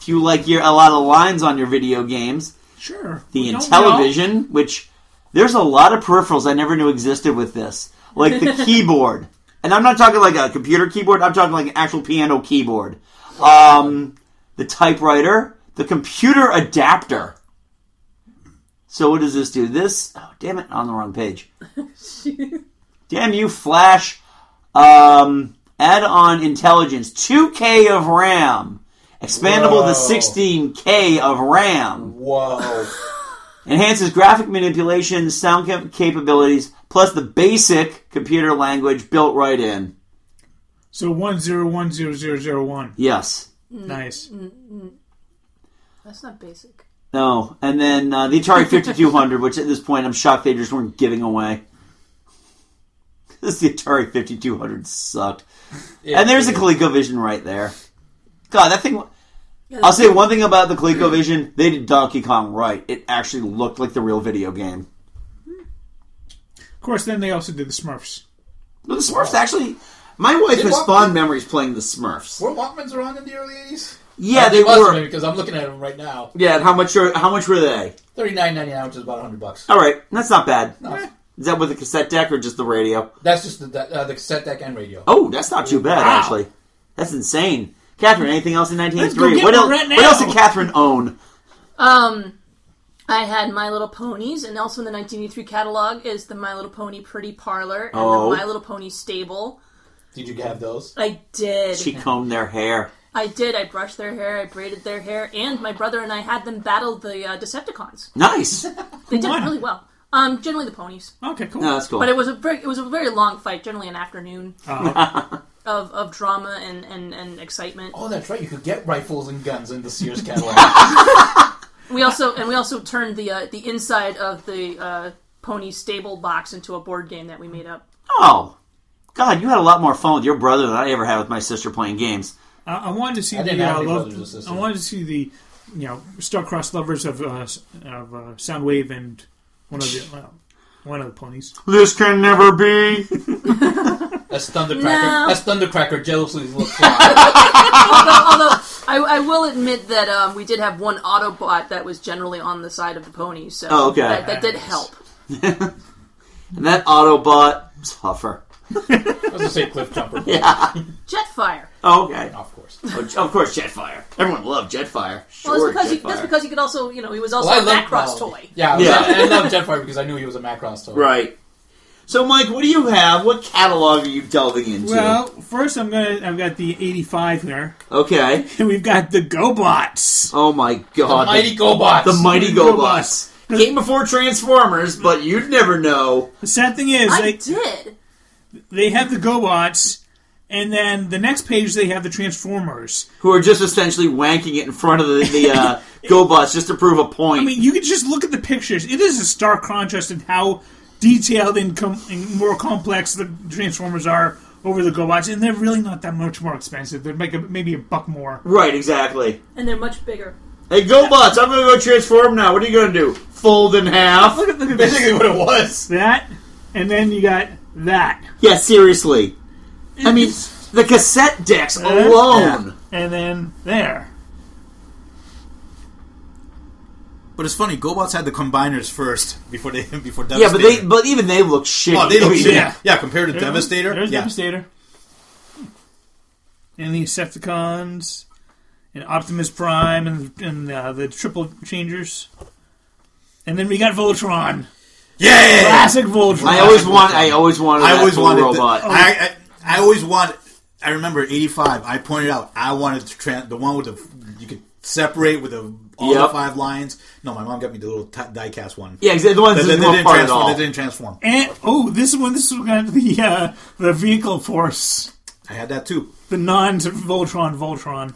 S3: If you like your a lot of lines on your video games,
S4: Sure.
S3: the
S4: We don't
S3: Intellivision, which there's a lot of peripherals I never knew existed with this, like the keyboard. And I'm not talking like a computer keyboard. I'm talking like an actual piano keyboard. Um, the typewriter, the computer adapter. So what does this do? This, oh damn it, on the wrong page. Damn you, Flash. Um, add on intelligence, 2K of RAM, expandable
S7: Whoa.
S3: to 16K of RAM.
S7: Whoa.
S3: Enhances graphic manipulation, sound cap- capabilities, plus the basic computer language built right in.
S4: So one zero one zero zero zero one.
S3: Yes.
S4: Nice.
S3: Mm-hmm.
S6: That's not basic.
S3: No. And then uh, the Atari 5200, which at this point I'm shocked they just weren't giving away. Because the Atari 5200 sucked.
S2: Yeah,
S3: and there's
S2: it
S3: a
S2: did.
S3: ColecoVision right there. God, that thing. I'll say one thing about the ColecoVision they did Donkey Kong right. It actually looked like the real video game.
S4: Of course, then they also did the Smurfs.
S3: No, the Smurfs actually. My wife
S4: Did
S3: has
S4: Walk-
S3: fond memories playing the Smurfs.
S7: Were Walkmans around in the early 80s?
S3: Yeah,
S7: Uh,
S3: they
S7: must
S3: were.
S7: have been, because I'm looking at them right now.
S3: Yeah, and how much are how much were they?
S7: Thirty nine ninety nine, which is about hundred bucks.
S3: All right, that's not bad.
S7: No.
S3: Is that with the cassette deck or just the radio?
S7: That's just the uh, the cassette deck and radio.
S3: Oh, that's not too bad
S7: Wow.
S3: actually. That's insane. Catherine, anything else in
S7: Let's
S3: 1983?
S7: go
S3: What,
S7: get
S3: el-
S7: one right
S3: what else
S7: now.
S3: did Catherine own?
S6: Um, I had My Little Ponies, and also in the 1983 catalog is the My Little Pony Pretty Parlor and
S3: Oh.
S6: the My Little Pony Stable.
S7: Did you have those?
S6: I did.
S3: She combed their hair.
S6: I did. I brushed their hair. I braided their hair, and my brother and I had them battle the uh, Decepticons.
S3: Nice.
S6: They did
S3: Won.
S6: really well. Um, generally the ponies.
S4: Okay, cool.
S3: No, that's cool.
S6: But it was a very, it was a very long fight. Generally an afternoon
S3: Uh-huh.
S6: of, of drama and, and, and excitement.
S7: Oh, that's right. You could get rifles and guns in the Sears catalog.
S6: We also and we also turned the uh, the inside of the uh, pony stable box into a board game that we made up.
S3: Oh, God, you had a lot more fun with your brother than I ever had with my sister playing games.
S4: I, I wanted to see
S7: I
S4: the
S7: didn't have
S4: uh,
S7: any
S4: love,
S7: brothers or sisters.
S4: I wanted to see the you know star-crossed lovers of uh, s- of uh, Soundwave and one of the well, one of the ponies.
S3: This can never be.
S7: that's Thundercracker.
S6: No.
S7: That's Thundercracker jealously looks.
S6: although although I, I will admit that um, we did have one Autobot that was generally on the side of the pony, so
S3: Oh, okay.
S6: that, that did help.
S3: And that Autobot was Huffer.
S7: I was gonna say Cliff Jumper.
S3: Yeah.
S6: Jetfire.
S3: Oh, okay.
S7: Of course.
S3: of course, Jetfire. Everyone loved Jetfire. Sure,
S6: well, that's because you,
S3: Jetfire.
S6: that's because you could also you know he was
S7: Well,
S6: also
S7: I
S6: a
S7: love-
S6: Macross
S7: well,
S6: toy.
S7: Yeah, I,
S3: Yeah.
S7: yeah. I, I love Jetfire because I knew he was a Macross toy.
S3: Right. So, Mike, what do you have? What catalog are you delving into?
S4: Well, first I'm gonna. I've got the '85 here.
S3: okay.
S4: And we've got the GoBots.
S3: Oh my God!
S4: The mighty GoBots.
S3: The mighty
S4: The
S3: GoBots. Came before Transformers, but you'd never know.
S4: The sad thing is,
S6: I
S4: they
S6: did.
S4: they have the GoBots, and then the next page they have the Transformers.
S3: Who are just essentially wanking it in front of the, the uh, GoBots just to prove a point.
S4: I mean, you can just look at the pictures. It is a stark contrast in how detailed and, com- and more complex the Transformers are over the GoBots, and they're really not that much more expensive. They're make a, maybe a buck more.
S3: right, exactly.
S6: And they're much bigger.
S3: Hey, GoBots, I'm gonna go transform now. What are you gonna do? Fold in half?
S4: Look at, look at this.
S3: Basically what it was.
S4: That, and then you got that.
S3: Yeah, seriously. I mean, the cassette decks alone.
S4: And then there.
S5: But it's funny, GoBots had the combiners first before they before Devastator.
S3: Yeah, but they but even they look shitty.
S5: oh, they
S3: I
S5: look
S3: mean,
S5: shitty. Yeah. compared to
S4: There's-
S5: Devastator.
S4: There's
S5: yeah.
S4: Devastator. And the Decepticons, and Optimus Prime, and and uh, the Triple Changers. And then we got Voltron.
S5: Yeah!
S4: Classic Voltron.
S3: I always want. I always wanted.
S5: I always wanted the- Oh.
S3: robot.
S5: I, I I always want. I remember '85. I pointed out I wanted to tran the one with the you could separate with the all
S3: Yep.
S5: the five lines. No, my mom got me the little t- diecast one.
S3: Yeah, exactly, the ones that
S5: that, that,
S3: didn't
S5: didn't
S3: go apart at
S5: transform.
S3: all.
S5: That didn't transform.
S4: And oh, this one, this one got the uh, the Vehicle Force,
S5: I had that too.
S4: the non Voltron Voltron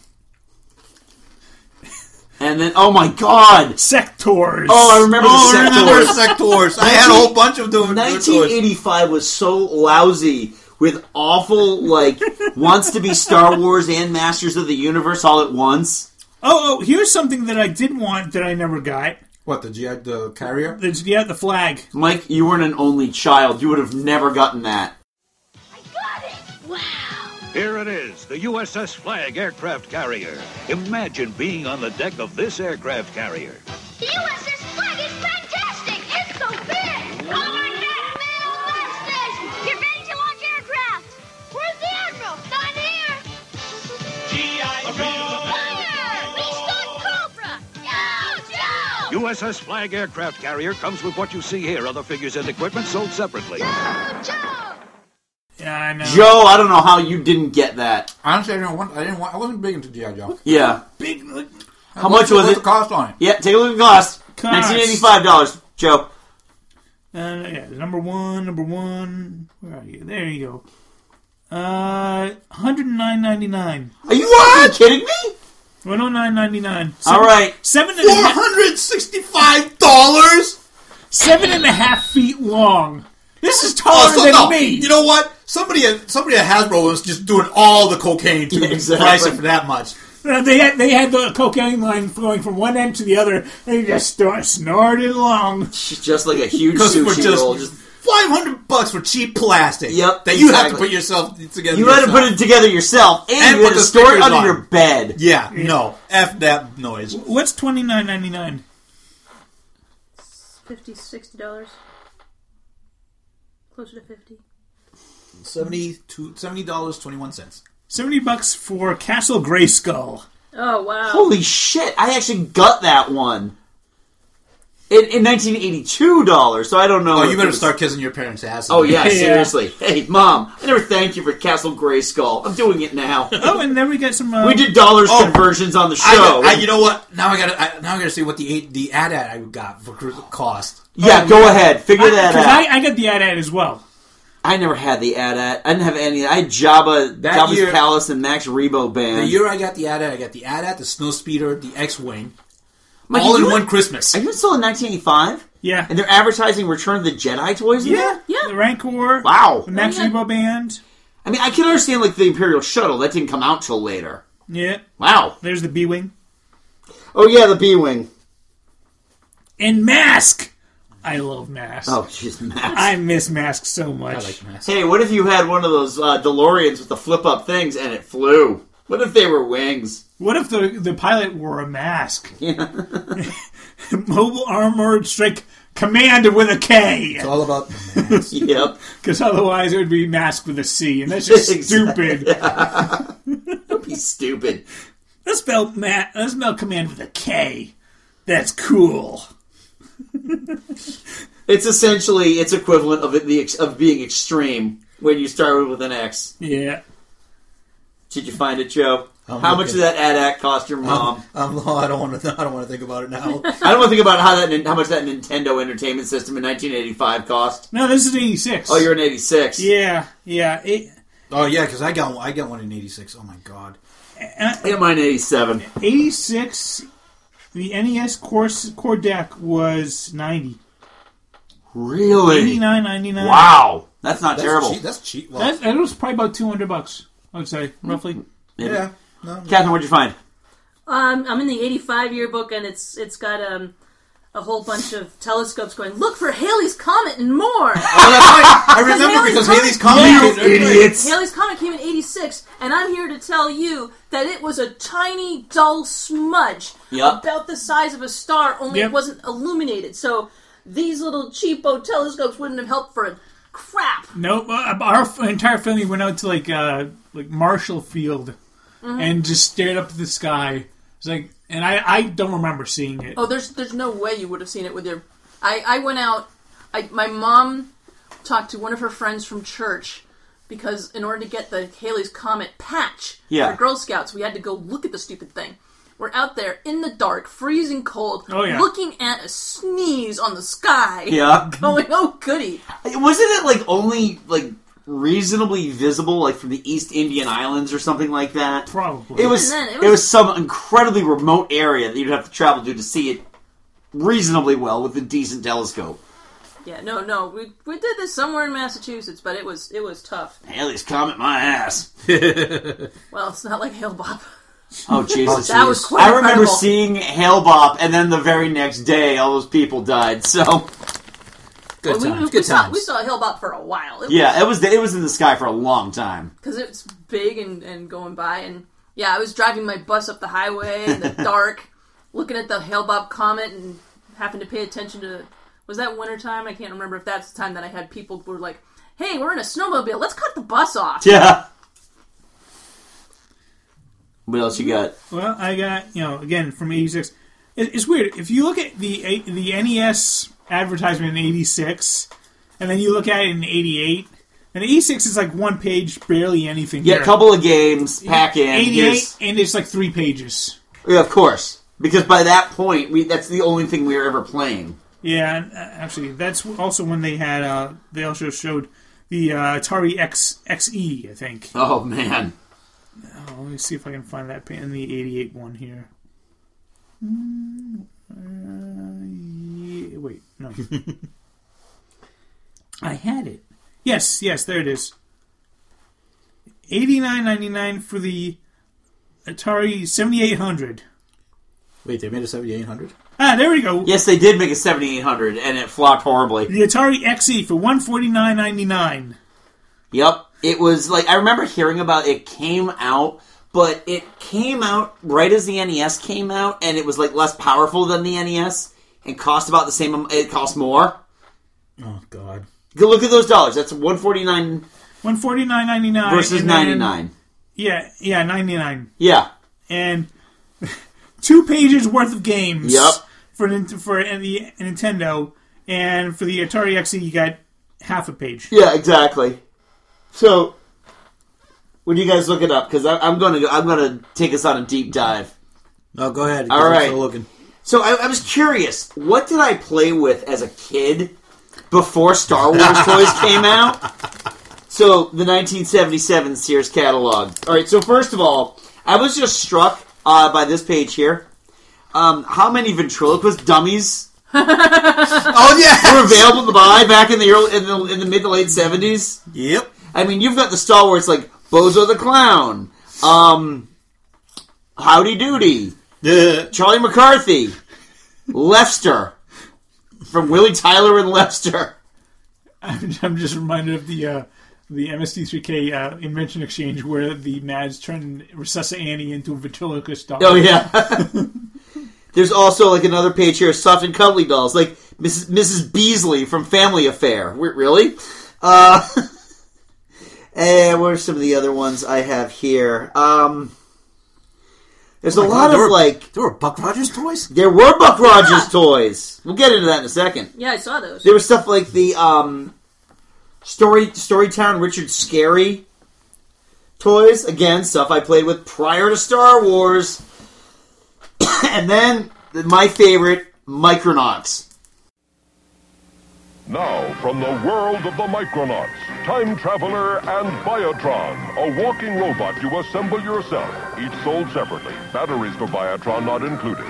S3: and then, oh my god!
S4: Sectors.
S3: Oh, I remember
S5: Oh, I remember
S3: the sectors.
S5: sectors. I had a whole bunch of them.
S3: 1985 was so lousy with awful like wants to be Star Wars and Masters of the Universe all at once.
S4: Oh, oh, here's something that I did want that I never got.
S5: What the GI the carrier?
S4: There's, yeah, the flag.
S3: Mike, you weren't an only child. You would have never gotten that.
S2: Here it is, the USS Flag aircraft carrier. Imagine being on the deck of this aircraft carrier.
S8: The USS Flag is fantastic! It's so big! Oh Over that middle mustache! You're ready to launch aircraft! Where's the Admiral? Not here! Fire! We stuck Cobra! Yo, Joe!
S2: USS Flag aircraft carrier comes with what you see here. Other figures and equipment sold separately.
S8: Yo, Joe!
S4: Yeah, I know.
S3: Joe, I don't know how you didn't get that.
S5: Honestly, I didn't want. I didn't want. I wasn't big into GI Joe.
S3: Yeah,
S4: Big. uh, look-
S3: How much was
S5: What's
S3: it?
S5: the cost on it?
S3: Yeah, take a look at the cost.
S4: Cost.
S3: Nineteen eighty-five dollars, Joe.
S4: Uh, yeah, number one, number one. Where are you? There you go. Uh, hundred nine ninety nine.
S3: Are you fucking kidding me?
S4: One hundred nine ninety nine.
S3: All right.
S4: seven and,
S5: Four
S4: a half,
S5: hundred sixty-five dollars.
S4: seven and a half feet long. This is taller
S5: Oh, so-
S4: than
S5: no.
S4: me.
S5: You know what? Somebody at somebody at Hasbro was just doing all the cocaine to
S3: Yeah, exactly.
S5: price it for that much.
S4: Uh, they had they had the cocaine line going from one end to the other. They just snor- snorted along.
S3: She's just like a huge
S5: Because for
S3: sushi roll.
S5: just
S3: Just
S5: five hundred bucks for cheap plastic.
S3: Yep,
S5: That you have to
S3: exactly.
S5: put yourself together.
S3: you had to
S5: yourself.
S3: put it together yourself, and,
S5: And
S3: you had
S5: put
S3: to
S5: the
S3: store it
S5: stickers
S3: under
S5: on.
S3: your bed.
S5: Yeah, no. F that noise.
S4: What's twenty nine ninety nine?
S6: Fifty, sixty dollars. Closer to fifty.
S5: Seventy-two, seventy dollars twenty-one cents.
S4: Seventy bucks for Castle Grayskull.
S6: Oh wow.
S3: Holy shit! I actually got that one in, in 1982 dollars. So I don't know.
S5: Oh,
S3: if
S5: you better
S3: it was-
S5: start kissing your parents' ass.
S3: Oh yeah,
S4: Yeah.
S3: seriously. Hey, mom, I never thanked you for Castle Grayskull. I'm doing it now.
S4: Oh, and then we got some. Uh,
S3: we did dollars
S5: Oh.
S3: conversions on the show.
S5: I, got- I, you know what? Now I gotta. I, now I gotta see what the eight, the ad ad I got for cru- cost.
S3: yeah, go ahead, figure that uh,
S4: because
S3: out.
S4: I, I got the ad ad as well.
S3: I, never had the ad at. I didn't have any. I had Jabba,
S5: That
S3: Jabba's
S5: year-
S3: Palace, and Max Rebo Band.
S5: The year I got the ad ad, I got the ad ad, the snow speeder, the X wing,
S3: Mike,
S5: all
S3: are
S5: in
S3: you-
S5: one Christmas.
S3: Are you still in 1985?
S4: Yeah.
S3: And they're advertising Return of the Jedi toys. in there?
S6: Yeah.
S4: The Rancor.
S3: Wow.
S4: The Max
S6: Yeah.
S4: Rebo Band.
S3: I mean, I can understand like the Imperial shuttle that didn't come out till later.
S4: Yeah.
S3: Wow.
S4: There's the B Wing.
S3: Oh yeah, the B wing.
S4: And Mask! I love Mask.
S3: Oh, she's Max.
S4: I miss Mask so much.
S5: I like masks.
S3: Hey, what if you had one of those uh, DeLoreans with the flip up things and it flew? What if they were wings?
S4: What if the, the pilot wore a mask? Mobile Armored Strike Command with a K.
S5: It's all about
S3: Yep.
S4: Because otherwise it would be Mask with a C, and that's just stupid.
S3: Don't be stupid.
S4: Let's spell, ma- let's spell Command with a K. That's cool.
S3: It's essentially its equivalent of it, the ex- of being extreme when you start with an X.
S4: Yeah.
S3: Did you find it, Joe?
S7: I'm
S3: how much
S7: looking. Um,
S3: of that ad act cost your
S5: um,
S3: mom?
S7: I'm, I'm, I don't want to. I don't want to think about it now.
S3: I don't want to think about how that nin- how much that Nintendo Entertainment System in 1985 cost.
S4: No, this is '86.
S3: Oh, you're in '86.
S4: Yeah, yeah. E, It,
S7: oh yeah, because I got one, I got one in '86. Oh my god.
S3: I got mine in '87.
S4: '86, E the NES course core deck was 90.
S3: Really?
S4: 89, 99.
S3: Wow, that's not
S7: That's
S3: terrible.
S7: cheap- that's cheap. Well,
S4: That, that was probably about 200 bucks. I'd say roughly.
S3: Maybe.
S7: yeah. No, no.
S3: Catherine, what'd you find?
S6: Um, I'm in the '85 yearbook, and it's it's got um, a whole bunch of telescopes going. Look for Halley's comet and more.
S7: I remember because Haley's comedy.
S6: Haley's comet came in '86, and I'm here to tell you that it was a tiny, dull smudge
S3: Yep.
S6: about the size of a star. Only
S4: Yep.
S6: it wasn't illuminated, so these little cheapo telescopes wouldn't have helped for a crap.
S4: Nope. uh, Our f- entire family went out to like uh, like Marshall Field and just stared up at the sky. It's like, and I, I don't remember seeing it.
S6: Oh, there's there's no way you would have seen it with your. I I went out. I my mom talked to one of her friends from church because in order to get the Haley's Comet patch
S3: Yeah.
S6: for Girl Scouts, we had to go look at the stupid thing. We're out there in the dark, freezing cold,
S4: Oh, yeah.
S6: looking at a sneeze on the sky.
S3: Yeah.
S6: Going, oh goody!
S3: Wasn't it like only like reasonably visible, like from the East Indian Islands or something like that?
S4: Probably.
S3: It was,
S6: Even then, it
S3: it was
S6: was-
S3: some incredibly remote area that you'd have to travel to to see it reasonably well with a decent telescope.
S6: Yeah, no, no, we we did this somewhere in Massachusetts, but it was it was tough.
S3: Haley's comet my ass.
S6: Well, it's not like Hale Bob.
S3: Oh Jesus!
S6: That was quite
S3: I remember
S6: incredible.
S3: seeing Hale Bop, and then the very next day, all those people died. So
S7: Good
S6: we, we,
S7: times.
S6: we
S7: Good
S6: saw we
S7: times.
S6: saw Hale Bob for a while. It was-
S3: yeah, it was it was in the sky for a long time.
S6: because it's big and, and going by and yeah i was driving my bus up the highway in the dark looking at the hale bob comet and having to pay attention to was that wintertime i can't remember if that's the time that i had people were like hey we're in a snowmobile let's cut the bus off
S3: Yeah. What else you got?
S4: Well, I got you know again from '86. It, it's weird if you look at the A- the NES advertisement in '86, and then you look at it in '88. And '86 is like one page, barely anything.
S3: Yeah,
S4: here.
S3: a couple of games, pack in.
S4: '88,
S3: here's-
S4: and it's like three pages.
S3: Yeah, of course. Because by that point, we that's the only thing we were ever playing.
S4: Yeah, and, uh, actually, that's also when they had. Uh, they also showed the uh, Atari X XE, I think.
S3: Oh man.
S4: Oh, let me see if I can find that pa- in the '88 one here. Mm, uh, yeah, wait, no. I had it. Yes, yes, there it is. Eighty-nine ninety-nine for the Atari seventy-eight hundred.
S7: Wait, they made a 7800.
S4: Ah, there we go.
S3: Yes, they did make a 7800, and it flopped horribly.
S4: The Atari XE for one forty-nine ninety-nine.
S3: Yep, it was like I remember hearing about it came out, but it came out right as the NES came out, and it was like less powerful than the NES and cost about the same. am- It cost more.
S7: Oh god.
S3: Go Look at those dollars. That's 149
S4: One forty-nine ninety-nine
S3: versus 99.
S4: Yeah, yeah, ninety-nine.
S3: Yeah,
S4: and two pages worth of games.
S3: Yep.
S4: For Nin- for the Nintendo and for the Atari XE, you got half a page.
S3: yeah, exactly. So, when you guys look it up, because I'm gonna go, I'm gonna take us on a deep dive.
S7: No, go ahead. 'cause
S3: All
S7: I'm
S3: right.
S7: still looking.
S3: So I, I was curious, what did I play with as a kid before Star Wars toys came out? So the 1977 Sears catalog. All right. So first of all, I was just struck uh, by this page here. Um, how many ventriloquist dummies
S7: Oh yeah.
S3: were available to buy back in the early, in the, in the mid to late 70s?
S7: Yep.
S3: I mean, you've got the Star Wars like Bozo the Clown, um, Howdy Doody,
S7: Yeah.
S3: Charlie McCarthy, Lester from Willie Tyler and Lester.
S4: I'm, I'm just reminded of the uh, the MST3K uh, invention exchange where the Mads turned Recessa Annie into a ventriloquist doll.
S3: Oh yeah. There's also like another page here, soft and cuddly dolls, like Mrs. Mrs. Beasley from Family Affair. Wait, really? Uh, and what are some of the other ones I have here? Um, There's
S5: Oh
S3: a
S5: my
S3: lot
S5: God, there
S3: of
S5: were-
S3: like.
S5: There were Buck Rogers toys.
S3: There were Buck Rogers toys. We'll get into that in a second.
S6: Yeah, I saw those.
S3: There was stuff like the um, story Storytown Richard Scary toys. Again, stuff I played with prior to Star Wars. and then my favorite, Micronauts.
S2: Now, from the world of the Micronauts, Time Traveler and Biotron, a walking robot you assemble yourself, each sold separately, batteries for Biotron not included.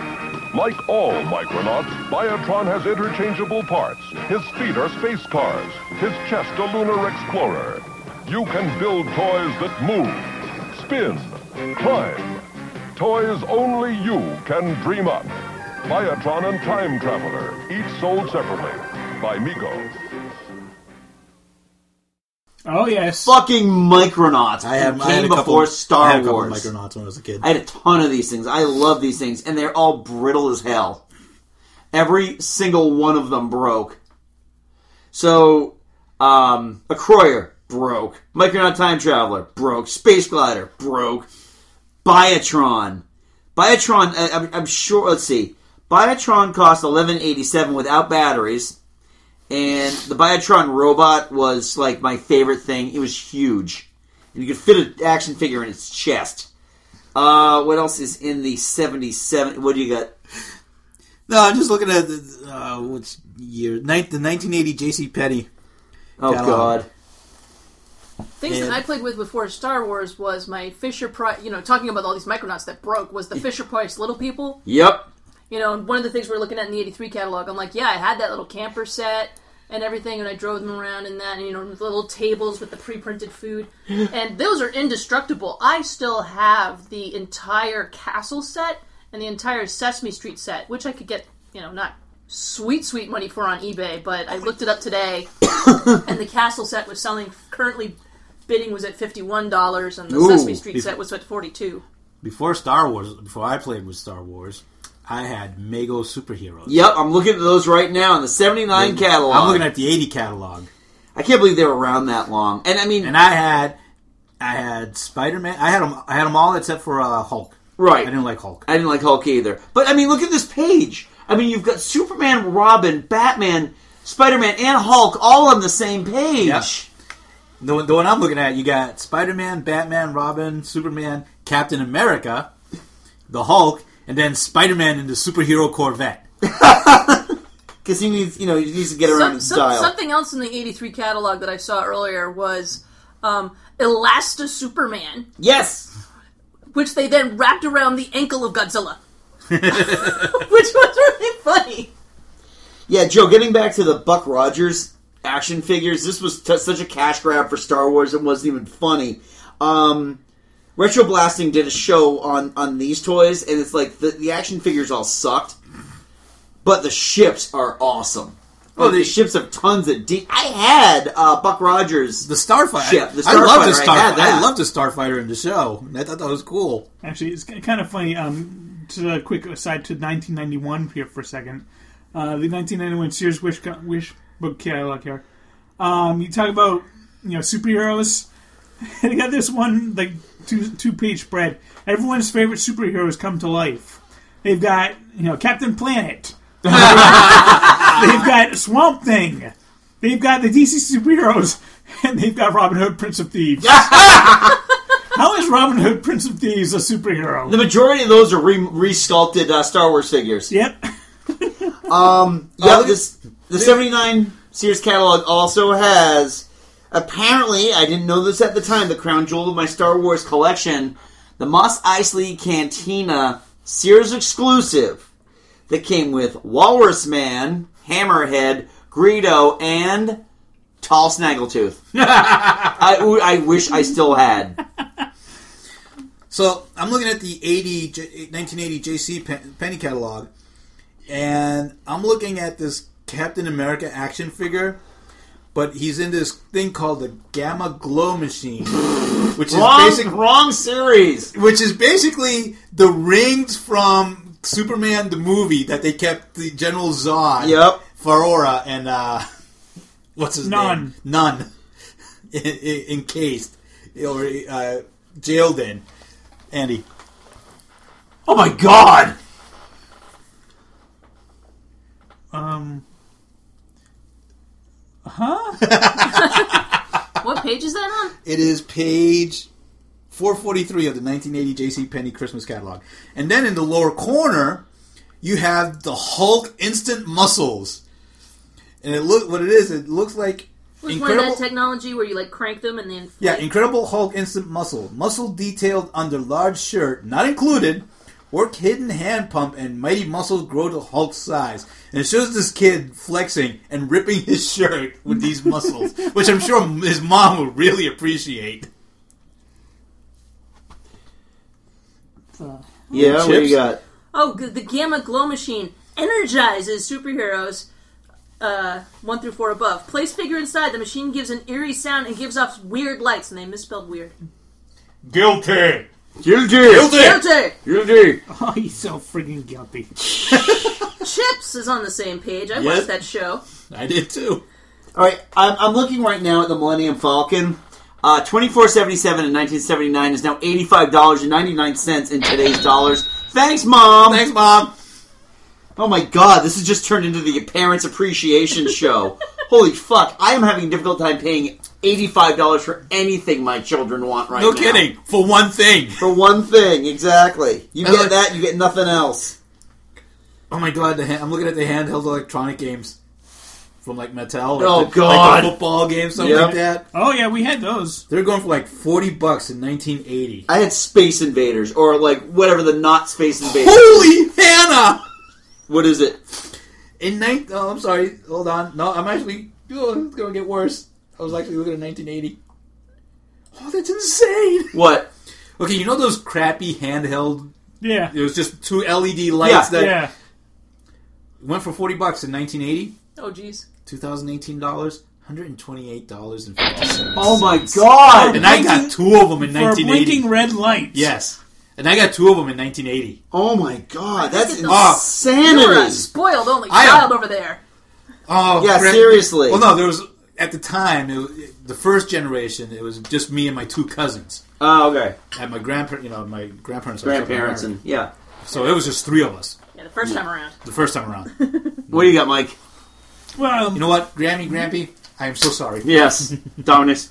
S2: Like all Micronauts, Biotron has interchangeable parts. His feet are space cars, his chest a lunar explorer. You can build toys that move, spin, climb. Toys only you can dream up. Biotron and Time Traveler, each sold separately by Mego.
S4: Oh yes,
S3: fucking Micronauts.
S5: I had-
S3: It
S5: I
S3: came
S5: had a couple-
S3: before Star
S5: I had a couple
S3: Wars.
S5: Micronauts when I was a kid.
S3: I had a ton of these things. I love these things, and they're all brittle as hell. Every single one of them broke. So, um, a Croyer broke. Micronaut Time Traveler broke. Space Glider broke. Biotron. Biotron, I, I'm, I'm sure, let's see. Biotron cost 1187 without batteries. And the Biotron robot was like my favorite thing. It was huge. And you could fit an action figure in its chest. Uh, what else is in the 77? What do you got?
S5: No, I'm just looking at the, uh, which year? Nin- the 1980 J.C. Penney.
S3: Oh, God.
S6: Things that
S5: And-
S6: I played with before Star Wars was my Fisher Price. You know, talking about all these Micronauts that broke was the Fisher Price Little People.
S3: Yep.
S6: You know, and one of the things we we're looking at in the '83 catalog, I'm like, yeah, I had that little camper set and everything, and I drove them around in that, and you know, with little tables with the pre-printed food, and those are indestructible. I still have the entire castle set and the entire Sesame Street set, which I could get, you know, not sweet sweet money for on eBay, but I looked it up today, and the castle set was selling currently. Bidding was at fifty-one dollars, and the
S5: Ooh.
S6: Sesame Street
S5: Bef-
S6: set was at forty-two.
S5: Before Star Wars, before I played with Star Wars, I had Mego Superheroes.
S3: Yep, I'm looking at those right now in the 79 catalog.
S5: I'm looking at the 80 catalog.
S3: I can't believe they were around that long. And I mean,
S5: and I had, I had Spider Man. I had them. I had them all except for uh, Hulk.
S3: Right.
S5: I didn't like Hulk.
S3: I didn't like Hulk either. But I mean, look at this page. I mean, you've got Superman, Robin, Batman, Spider Man, and Hulk all on the same page.
S5: The, one- the one I'm looking at, you got Spider Man, Batman, Robin, Superman, Captain America, the Hulk, and then Spider Man in the superhero Corvette.
S3: Because he needs, you know, he needs to get around in
S6: Some-
S3: style.
S6: Something else in the '83 catalog that I saw earlier was um, Elasta Superman,
S3: Yes.
S6: which they then wrapped around the ankle of Godzilla, which was really funny.
S3: Yeah, Joe, getting back to the Buck Rogers action figures, this was t- such a cash grab for Star Wars, it wasn't even funny. Um, Retro Blasting did a show on, on these toys, and it's like the, the action figures all sucked, but the ships are awesome. Oh, the ships have tons of D. I had uh, Buck Rogers. The
S5: Starfighter.
S3: Ship, the
S5: I love the
S3: Starfighter, I had
S5: Starfighter. I,
S3: that.
S5: love the Starfighter in the show. I thought that was cool.
S4: Actually, it's kind of funny. Um, to a quick aside to 1991 here for a second, uh, the 1991 Sears Wish Wish Book catalog here. Um, you talk about you know superheroes. they got this one like two two page spread. Everyone's favorite superheroes come to life. They've got you know Captain Planet. They've got Swamp Thing. They've got the DC superheroes, and they've got Robin Hood, Prince of Thieves. How is Robin Hood, Prince of Thieves, a superhero?
S3: The majority of those are re, re-sculpted uh, Star Wars figures.
S4: Yep.
S3: um, yeah, this, the 79 Sears catalog also has, apparently, I didn't know this at the time, the crown jewel of my Star Wars collection, the Moss Eisley Cantina Sears exclusive that came with Walrus Man, Hammerhead, Greedo, and Tall Snaggletooth. I, I wish I still had.
S5: So I'm looking at the 80, J- 1980 J.C. Pen- Penny catalog, and I'm looking at this Captain America action figure, but he's in this thing called the Gamma Glow Machine, which
S3: Wrong-
S5: is basic,
S3: wrong series,
S5: which is basically the rings from Superman the movie that they kept the General Zod,
S3: Yep.
S5: Farora, and uh, what's his
S4: None.
S5: name? None, en- en- encased or uh, jailed in. Andy.
S3: Oh my god!
S4: Um. Huh?
S6: what page is that on?
S5: It is page 443 of the 1980 JC Penney Christmas catalog. And then in the lower corner, you have the Hulk instant muscles. And it look what it is, it looks like
S6: Was one
S5: incredible
S6: of that technology where you like crank them and then
S5: Yeah, Incredible Hulk instant muscle. Muscle detailed under large shirt, not included. Work hidden hand pump and mighty muscles grow to Hulk size. And it shows this kid flexing and ripping his shirt with these muscles, which I'm sure his mom will really appreciate.
S3: Yeah, what do you
S5: Chips?
S3: got?
S6: Oh, g- the Gamma Glow Machine energizes superheroes. Uh, one through four above. Place figure inside. The machine gives an eerie sound and gives off weird lights, and they misspelled weird.
S12: Guilty.
S3: Guilty.
S6: Guilty.
S3: Guilty.
S4: Oh, he's so freaking guilty.
S6: Chips is on the same page. I
S3: Yes.
S6: watched that show.
S5: I did too.
S3: All right, I'm, I'm looking right now at the Millennium Falcon. Uh, 2477 in 1979 is now $85.99 in today's dollars. Thanks, Mom!
S5: Thanks, Mom!
S3: Oh my god, this has just turned into the Parents Appreciation Show. Holy fuck, I am having a difficult time paying $85 for anything my children want right
S5: No
S3: now.
S5: kidding. For one thing.
S3: For one thing, exactly. You
S5: And
S3: get
S5: like-
S3: that, you get nothing else.
S5: Oh my god, the hand, I'm looking at the handheld electronic games from like Mattel. Like
S3: Oh,
S5: the,
S3: God.
S5: Like the football game, something
S3: Yep.
S5: like that.
S4: Oh yeah, we had those.
S5: They're going for like 40 bucks in 1980.
S3: I had Space Invaders, or like whatever the not Space Invaders.
S5: Holy Hannah!
S3: What is it?
S5: In nine, oh, I'm sorry. Hold on. No, I'm actually. Oh, it's gonna get worse. I was actually looking at 1980. Oh, that's insane.
S3: What?
S5: Okay, you know those crappy handheld?
S4: Yeah.
S5: It was just two LED lights
S3: Yeah.
S5: that
S4: Yeah.
S5: went for 40 bucks in 1980,
S6: Oh, jeez.
S5: 2018 dollars, 128 dollars and 50 cents.
S3: Oh my god!
S5: And I got two of them in
S4: For
S5: 1980.
S4: blinking red lights.
S5: Yes, and I got two of them in 1980.
S3: Oh my god, that's
S6: Look at You're a
S3: insanity!
S6: spoiled only
S5: I am-
S6: child over there.
S5: Oh,
S3: Yeah,
S5: crap.
S3: seriously.
S5: Well, no, there was at the time it was, the first generation. It was just me and my two cousins.
S3: Oh, okay.
S5: at my grandparents, you know, my grandparents,
S3: Grandparents and yeah.
S5: so it was just three of us
S6: Yeah, the first time around.
S5: the first time around.
S3: What do you got, Mike?
S4: Well,
S5: you know what, Grammy, Grampy, I am so sorry.
S3: Yes, Dominus.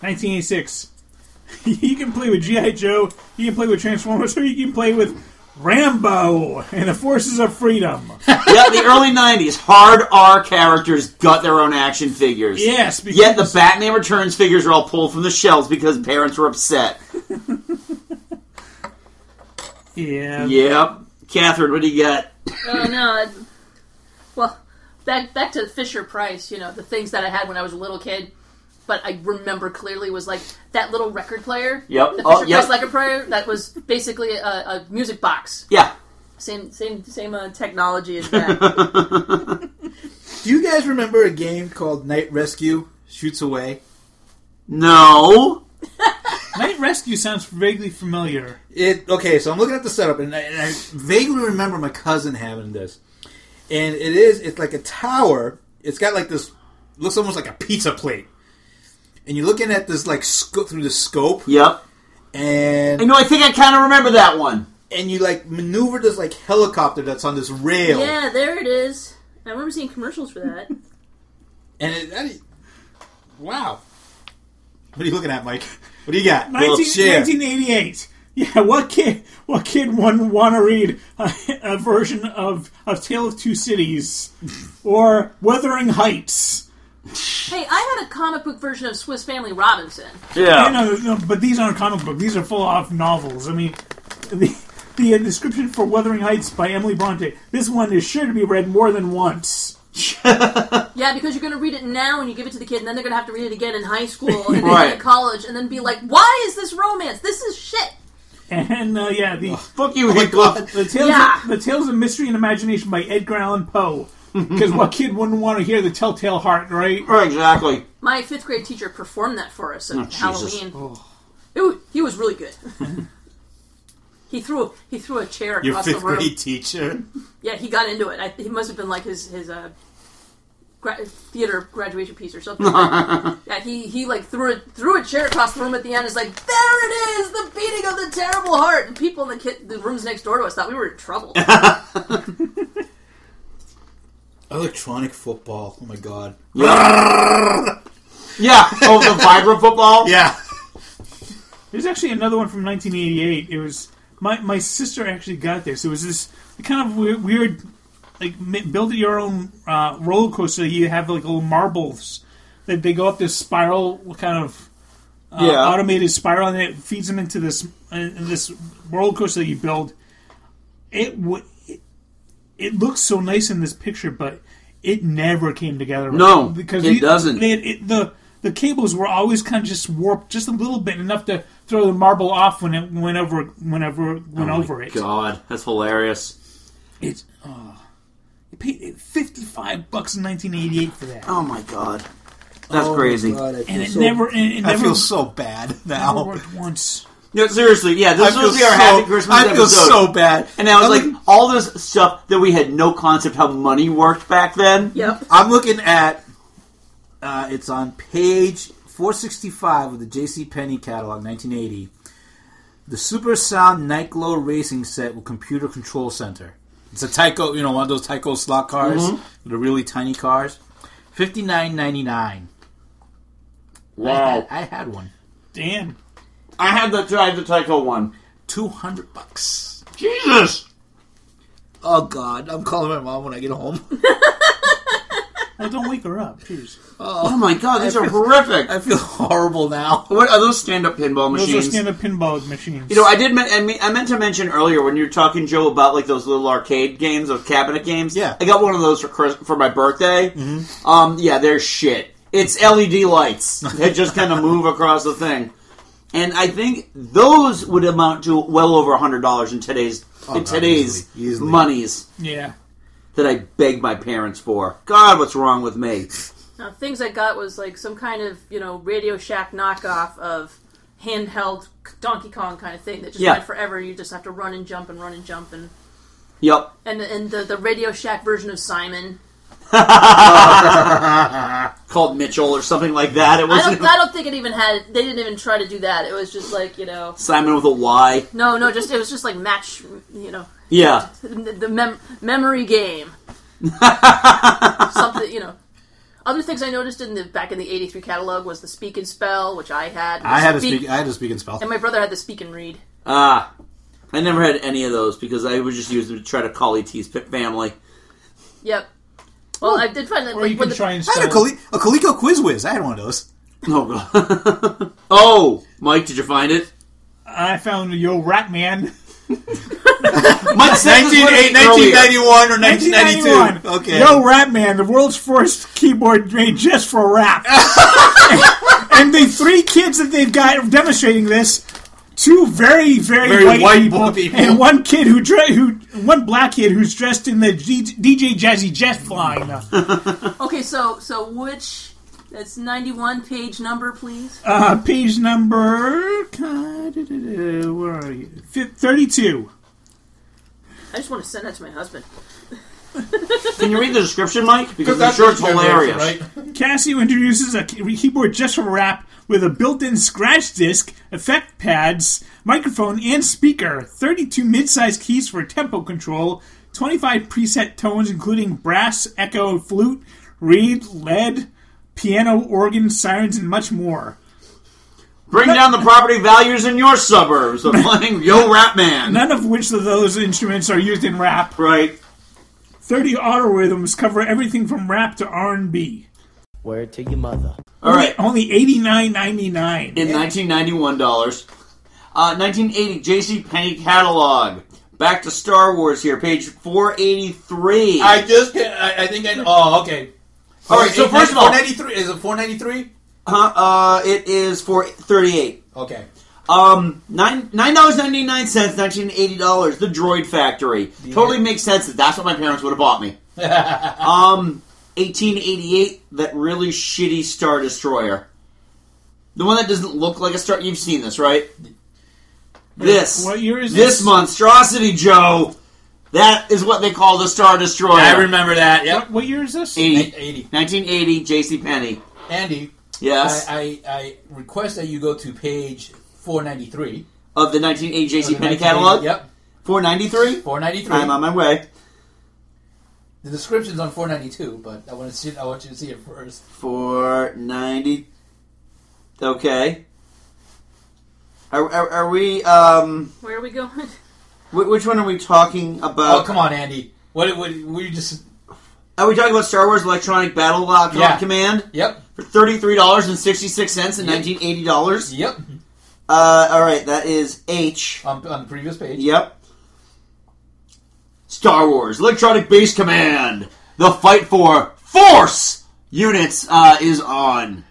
S4: 1986. you can play with G.I. Joe, you can play with Transformers, or you can play with Rambo and the Forces of Freedom.
S3: yeah, the early '90s hard R characters got their own action figures.
S4: Yes, because
S3: Yet the Batman Returns figures are all pulled from the shelves because parents were upset.
S4: yeah,
S3: Yep. Catherine, what do you got?
S6: Oh no. I'd- Well, back back to Fisher Price. You know the things that I had when I was a little kid, but I remember clearly was like that little record player.
S3: Yep.
S6: The Fisher
S3: Oh, yep.
S6: Price record player that was basically a, a music box.
S3: Yeah.
S6: Same same same uh, technology as that.
S5: Do you guys remember a game called Night Rescue Shoots Away?
S3: No.
S4: Night Rescue sounds vaguely familiar.
S5: It okay, so I'm looking at the setup, and I, and I vaguely remember my cousin having this, and it is it's like a tower. It's got like this looks almost like a pizza plate, and you're looking at this like sco- through the scope,
S3: Yep.
S5: and
S3: I know. I think I kind of remember that one.
S5: and you like maneuver this like helicopter that's on this rail.
S6: yeah, there it is. I remember seeing commercials for that.
S5: And it, that is, wow. What are you looking at, Mike? What do you got?
S4: 19,
S5: Well, share.
S4: 1988. Yeah, what kid? What kid wouldn't want to read a, a version of of Tale of Two Cities or Wuthering Heights?
S6: hey, I had a comic book version of Swiss Family Robinson.
S4: I know, uh, no, but these aren't comic book. These are full off novels. I mean, the, the uh, description for Wuthering Heights by Emily Bronte. This one is sure to be read more than once.
S6: Yeah, because you're going to read it now and you give it to the kid, and then they're going to have to read it again in high school and then
S3: Right.
S6: in college, and then be like, "Why is this romance? This is shit."
S4: And uh, yeah, the
S3: Fuck you, Hickok.
S4: the tales
S6: Yeah.
S4: of, the tales of mystery and imagination by Edgar Allan Poe. Because what kid wouldn't want to hear the Telltale Heart, right?
S3: Right, exactly.
S6: My fifth grade teacher performed that for us at
S3: Oh, Jesus.
S6: Halloween. It wa- he was really good. he threw he threw a chair
S5: Your
S6: across
S5: fifth
S6: the room.
S5: grade teacher.
S6: Yeah, he got into it. I, he must have been like his his uh, gra- theater graduation piece or something. yeah, he he like threw a, threw a chair across the room at the end. Is like there it is, the beating of the terrible heart. And people in the kid, the rooms next door to us thought we were in trouble.
S10: Electronic football. Oh my god.
S3: Yeah. yeah. Oh, the vibra football.
S10: Yeah.
S4: There's actually another one from 1988. It was my my sister actually got this. It was this kind of weird, weird like m- build your own uh, roller coaster. You have like little marbles that they go up this spiral kind of uh,
S3: Yeah.
S4: automated spiral, and it feeds them into this uh, this roller coaster that you build. It w- it- it looks so nice in this picture, but it never came together. right.
S3: No, it
S4: the-
S3: doesn't.
S4: they- it- the the cables were always kind of just warped just a little bit, enough to throw the marble off when it went over whenever it went
S3: Oh my
S4: over it.
S3: God, that's hilarious.
S4: It's oh, you paid fifty five bucks in nineteen eighty eight for that.
S3: Oh my god, Oh that's crazy.
S4: and it never, and it never,
S10: bad
S4: never worked once.
S3: No, seriously, yeah, this
S10: I
S3: was
S10: feel
S3: our
S10: so-
S3: happy Christmas
S10: I feel
S3: episode.
S10: so bad.
S3: And I was
S10: I'm
S3: like,
S10: looking-
S3: all this stuff that we had no concept how money worked back then.
S6: yep.
S10: I'm looking at. Uh, it's on page 465 of the J.C. Penney catalog, 1980. The Super Sound Night Glow Racing Set with Computer Control Center. It's a Tyco, you know, one of those Tyco slot cars,
S3: Mm-hmm.
S10: the really tiny cars. Fifty nine ninety nine.
S3: Wow,
S10: I had one.
S4: Damn,
S3: I had the I had the Tyco one.
S10: Two hundred bucks.
S3: Jesus,
S10: Oh God! I'm calling my mom when I get home.
S4: well, don't wake her up. Jeez,
S3: oh my god, these are horrific.
S10: I feel horrible now.
S3: What are those stand-up pinball
S4: those are
S3: machines?
S4: stand up pinball machines.
S3: You know, I did. Men- I, mean, I meant to mention earlier when you were talking, Joe, about like those little arcade games, those cabinet games.
S10: Yeah.
S3: I got one of those for Chris- for my birthday. Mm-hmm. Um, yeah, they're shit. It's LED lights that just kind of move across the thing, and I think those would amount to well over hundred dollars in today's in
S10: Oh, God,
S3: today's
S10: easily, easily.
S3: monies
S4: yeah,
S3: that I begged my parents for. God, what's wrong with me?
S6: Now, things I got was like some kind of you know Radio Shack knockoff of handheld Donkey Kong kind of thing that just
S3: Yeah.
S6: went forever. You just have to run and jump and run and jump and
S3: Yep.
S6: and and the, the Radio Shack version of Simon.
S3: Called Mitchell or something like that. It
S6: I
S3: wasn't
S6: don't I don't think it even had. They didn't even try to do that. It was just like you know
S3: Simon with a Y.
S6: no no just it was just like match you know
S3: Yeah.
S6: the, the mem- memory game. Something you know. Other things I noticed in the back in the '83 catalog was the speak and spell, which I had.
S10: I had to speak. I had to speak and spell.
S6: and my brother had the speak and read.
S3: Ah, I never had any of those because I would just use them to try to call ET's p- family.
S6: Yep. Well, I did find that
S4: Oh. or
S6: like,
S4: you
S6: when
S4: can
S6: the,
S4: try and
S10: I had a,
S4: spell.
S10: Cali- a Coleco Quiz Whiz. I had one of those.
S3: Oh god. oh, Mike, did you find it?
S4: I found Yo Rat Man.
S3: Mike sent this one to me earlier.
S10: 1991 or
S4: 1991.
S10: 1992. Okay.
S4: Yo, Rap Man, the world's first keyboard made just for rap. and the three kids that they've got demonstrating this, two very, very,
S10: Very
S4: white,
S10: white
S4: people,
S10: people.
S4: and one kid who, dre- who, one black kid who's dressed in the G- DJ Jazzy Jet flying. Uh,
S6: okay, so so which that's ninety one page number, please.
S4: uh, page number, where are you? Fif- Thirty-two.
S6: I just want to send that to my husband.
S3: Can you read the description, Mike? Because I'm sure it's hilarious.
S4: Casio introduces a key- keyboard just for rap with a built-in scratch disc, effect pads, microphone, and speaker. 32 mid-sized keys for tempo control. 25 preset tones, including brass, echo, flute, reed, lead, piano, organ, sirens, and much more.
S3: Bring down the property values in your suburbs of playing Yo Rap Man.
S4: None of which of those instruments are used in rap.
S3: Right.
S4: 30 auto rhythms cover everything from rap to R&B.
S2: Word to your mother.
S3: All right.
S4: Only 89.99.
S3: In 1991 dollars, uh, 1980 J.C. Penney catalog. Back to Star Wars here, page 483.
S5: I just can't. I, I think I. Oh, okay.
S3: All right. So first of all,
S5: 493 is it 493?
S3: Huh? Uh, it is for thirty-eight.
S5: Okay.
S3: Um, nine nine dollars ninety-nine cents, nineteen eighty dollars. The Droid Factory totally makes sense that that's what my parents would have bought me. um, eighteen eighty-eight. That really shitty Star Destroyer, the one that doesn't look like a star. You've seen this, right? This
S4: What year is
S3: this
S4: this?
S3: monstrosity, Joe. That is what they call the Star Destroyer.
S2: I remember that. Yep.
S4: What, what year is this?
S3: 80.
S2: 80.
S3: 1980, J.C. Penney.
S2: Andy.
S3: Yes.
S2: I, I, I request that you go to page 493.
S3: Of the 1980 J.C.
S2: of the
S3: Penney
S2: 1980
S3: catalog?
S2: Yep.
S3: 493?
S2: 493.
S3: I'm on my way.
S2: The description's on 492, but I want to see. I want you to see it first.
S3: 490. Okay. Are, are, are we, um,
S6: Where are we going?
S3: wh- which one are we talking about?
S2: Oh, come on, Andy. What? What? We just.
S3: Are we talking about Star Wars Electronic Battle uh, Com-
S2: Yeah.
S3: Command?
S2: Yep.
S3: For thirty-three dollars and sixty-six cents and nineteen eighty dollars.
S2: Yep.
S3: Uh, all right, that is H.
S2: On, on the previous page.
S3: Yep. Star Wars Electronic Base Command. The fight for Force units uh, is on.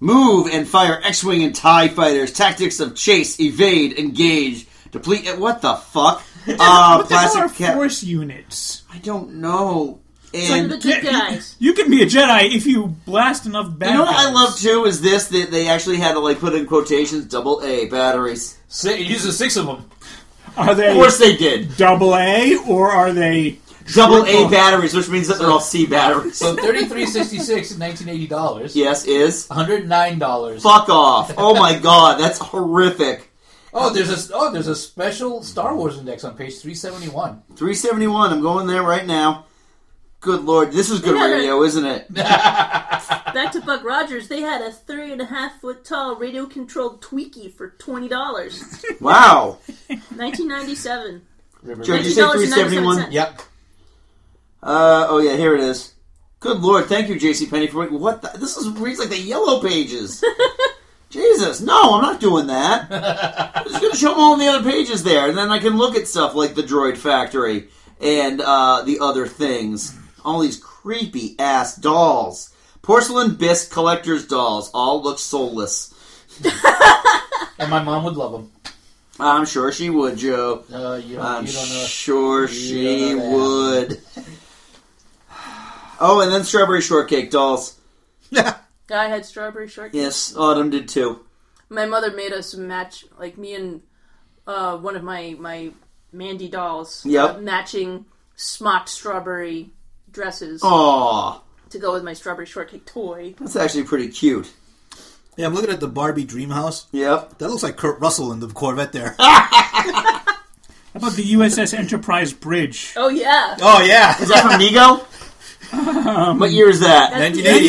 S3: Move and fire X-wing and Tie fighters. Tactics of chase, evade, engage, deplete. eh, What the fuck? Uh,
S4: what the hell are
S3: cap-
S4: force units?
S3: I don't know.
S6: Like
S3: And
S6: the good
S4: Yeah,
S6: guys.
S4: You can be a Jedi if you blast enough bad
S3: You know what I
S4: guys.
S3: love too is this that they actually had to like put in quotations double A batteries.
S2: Si it uses six of them.
S4: Are they
S3: Of course they did.
S4: double A or are they
S3: Double A
S4: Triple.
S3: batteries, which means that they're all C batteries.
S2: So thirty-three sixty-six in nineteen eighty dollars.
S3: Yes, is.
S2: One hundred nine dollars.
S3: Fuck off. Oh my god, that's horrific.
S2: Oh, there's a oh, there's a special Star Wars index on page three seventy-one.
S3: 371, I'm going there right now. Good lord, this is good
S6: Yeah,
S3: radio, isn't it?
S6: Back to Buck Rogers. They had a three and a half foot tall radio controlled Tweaky for twenty dollars.
S3: Wow.
S6: Nineteen ninety seven.
S3: Joe, did you say
S6: $19.97?
S3: 371?
S2: Yep.
S3: Uh, oh yeah, here it is. Good lord, thank you, JCPenney, for what the, this is reads like the yellow pages. Jesus, no, I'm not doing that. I'm just gonna show them all on the other pages there, and then I can look at stuff like the Droid Factory and uh, the other things. All these creepy ass dolls, porcelain bisque collectors dolls, all look soulless.
S2: And my mom would love them.
S3: I'm sure she would, Joe.
S2: Uh, you, don't,
S3: I'm
S2: you don't know.
S3: sure she
S2: you don't know
S3: would. Oh, and then strawberry shortcake dolls.
S6: Guy had strawberry shortcake.
S3: Yes, Autumn did too.
S6: My mother made us match like me and uh, one of my my Mandy dolls.
S3: Yep.
S6: uh, matching smocked strawberry dresses
S3: Oh. Aw,
S6: to go with my strawberry shortcake toy.
S3: that's actually pretty cute.
S5: Yeah, I'm looking at the Barbie Dreamhouse.
S3: Yep.
S5: That looks like Kurt Russell in the Corvette there.
S4: How about the USS Enterprise Bridge?
S6: Oh yeah.
S5: oh yeah,
S3: Is that from Nego? what year is that?
S5: 1980. is-
S4: 1980,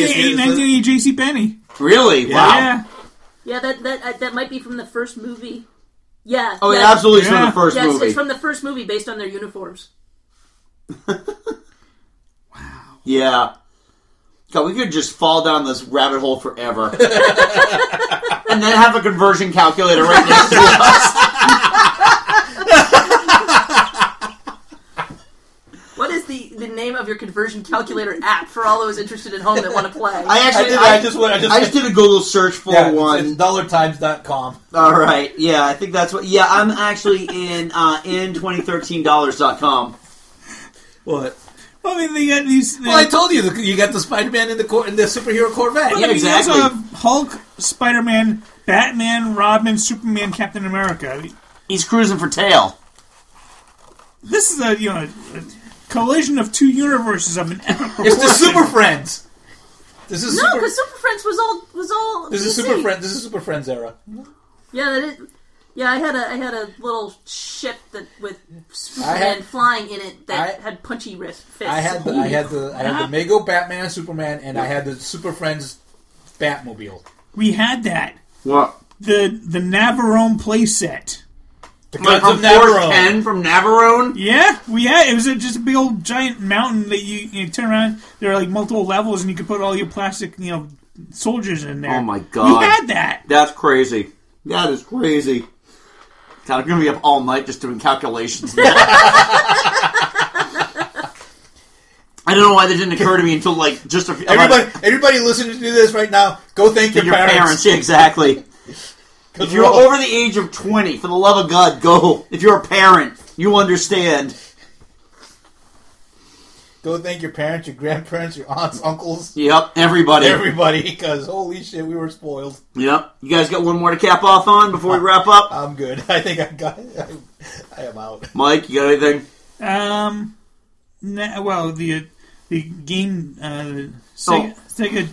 S5: is-
S4: 1980 J.C. Penney.
S3: Really? Wow.
S4: Yeah.
S6: Yeah, that that uh, that might be from the first movie. Yeah.
S3: Oh, it
S6: yeah.
S3: absolutely is from
S4: Yeah.
S3: the first
S6: Yes,
S3: movie.
S6: it's from the first movie based on their uniforms.
S3: yeah. God, we could just fall down this rabbit hole forever. and then have a conversion calculator right next to us.
S6: What is the, the name of your conversion calculator app for all those interested at home that want to play?
S3: I
S2: I,
S3: actually,
S2: did,
S3: I,
S2: I just went. I just.
S3: I just did a Google search for
S2: yeah,
S3: one.
S2: It's dollartimes.com.
S3: All right. Yeah, I think that's what. Yeah, I'm actually in uh, in 2013dollars.com.
S5: What?
S4: Well, I mean, they got these.
S2: Well, I told you the, you got the Spider-Man in the cor- in the superhero Corvette.
S3: Yeah,
S4: I mean, you also
S5: um,
S3: exactly.
S4: have Hulk, Spider Man, Batman, Robin, Superman, Captain America.
S3: He's cruising for tail.
S4: This is a you know a collision of two universes of an epic
S2: It's the
S4: proportion.
S2: Super Friends. This is
S6: no,
S2: super,
S6: because Super Friends was all was all.
S2: this is
S6: PC.
S2: Super Friends. This is Super Friends era.
S6: Yeah, that is, yeah. I had a I had a little ship that with Superman
S2: had-
S6: flying in it that
S2: I-
S6: had punchy wrist fists.
S2: I had the, I had the I had the Mego Batman Superman, and I had the Super Friends Batmobile.
S4: We had that
S3: What?
S4: the the Navarone playset.
S2: The
S3: Like
S2: Guns of
S3: from Navarone.
S2: Navarone.
S3: from Navarone?
S4: Yeah, we had it was a, just a big old giant mountain that you, you turn around. There are like multiple levels, and you could put all your plastic you know soldiers in there.
S3: Oh, my God.
S4: we had that.
S3: That's crazy. That is crazy. God, I'm going to be up all night just doing calculations. I don't know why that didn't occur to me until like just a few. about-
S5: Everybody, everybody listening to this right now, go thank your,
S3: your parents.
S5: parents.
S3: Yeah, exactly. If you're
S5: we're all-
S3: over the age of 20, for the love of God, go. If you're a parent, you understand.
S5: Go thank your parents, your grandparents, your aunts, uncles,
S3: Yep, everybody.
S5: everybody, because holy shit, we were spoiled.
S3: Yep. You guys got one more to cap off on before we wrap up?
S5: I'm good. I think I got. I, I am out.
S3: Mike, you got anything?
S4: Um, na- well, the uh, the game uh, Sega, Sega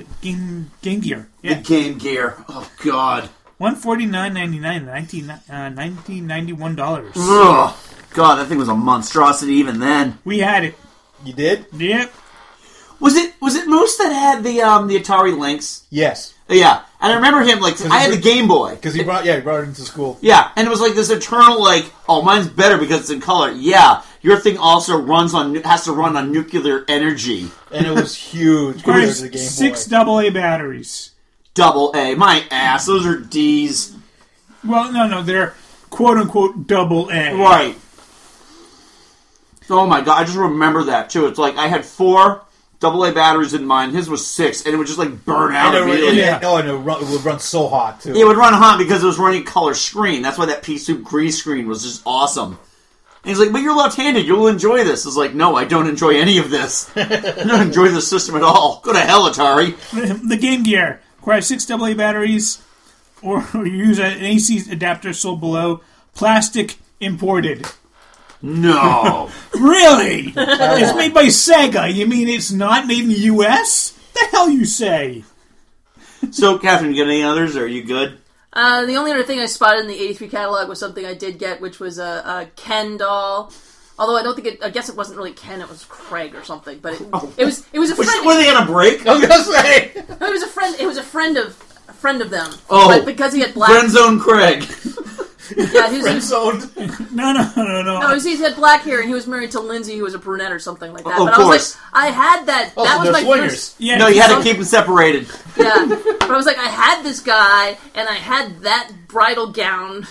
S4: uh, game Game Gear.
S3: Oh. The Game Gear. Oh God.
S4: One forty nine ninety nine, nineteen uh, nineteen ninety one dollars.
S3: Ugh. God, that thing was a monstrosity even then.
S4: We had it.
S3: You did?
S4: Yep.
S3: Was it was it Moose that had the um the Atari Lynx?
S10: Yes.
S3: Yeah, and I remember him like I had
S10: he-
S3: the Game Boy.
S10: Because he brought yeah he brought it into school.
S3: Yeah, and it was like this eternal like, oh, mine's better because it's in color. Yeah, your thing also runs on nu- has to run on nuclear energy.
S10: And it was huge
S4: Requires six double A batteries.
S3: Double A, my ass. Those are D's.
S4: Well, no, no, they're quote unquote double A.
S3: Right. Oh my god, I just remember that too. It's like I had four double A batteries in mine. His was six, and it would just like burn out
S10: And it, would-
S3: immediately.
S10: and it- oh, and it, run, it would run so hot too.
S3: It would run hot because it was running color screen. That's why that pea soup grease screen was just awesome. And he's like, "But you're left-handed. You'll enjoy this." It's like, "No, I don't enjoy any of this. I don't enjoy the system at all. Go to hell, Atari."
S4: The Game Gear requires six AA batteries, or use an AC adapter sold below. Plastic imported.
S3: No.
S4: really? it's made by Sega. You mean it's not made in the U.S.? The hell you say?
S3: So, Catherine, you got any others? Or are you good?
S6: Uh, the only other thing I spotted in the '83 catalog was something I did get, which was a, a Ken doll. Although I don't think it, I guess it wasn't really Ken; it was Craig or something. But it,
S3: Oh.
S6: it was it was a friend.
S3: were they on a break? I was gonna say.
S6: It was a friend. It was a friend of a friend of them.
S3: Oh.
S6: but because he had black.
S3: Friendzone Craig.
S6: Yeah, he was, he was-
S4: No, no, no, no.
S6: no, he had black hair, and he was married to Lindsay, who was a brunette or something like that.
S3: Oh, Of
S6: but I
S3: course.
S6: was like, I had that.
S3: Oh,
S6: that
S3: so
S6: was
S3: they're
S6: my
S3: swingers.
S6: first.
S3: no, you had to keep them separated.
S6: Yeah, but I was like, I had this guy, and I had that bridal gown.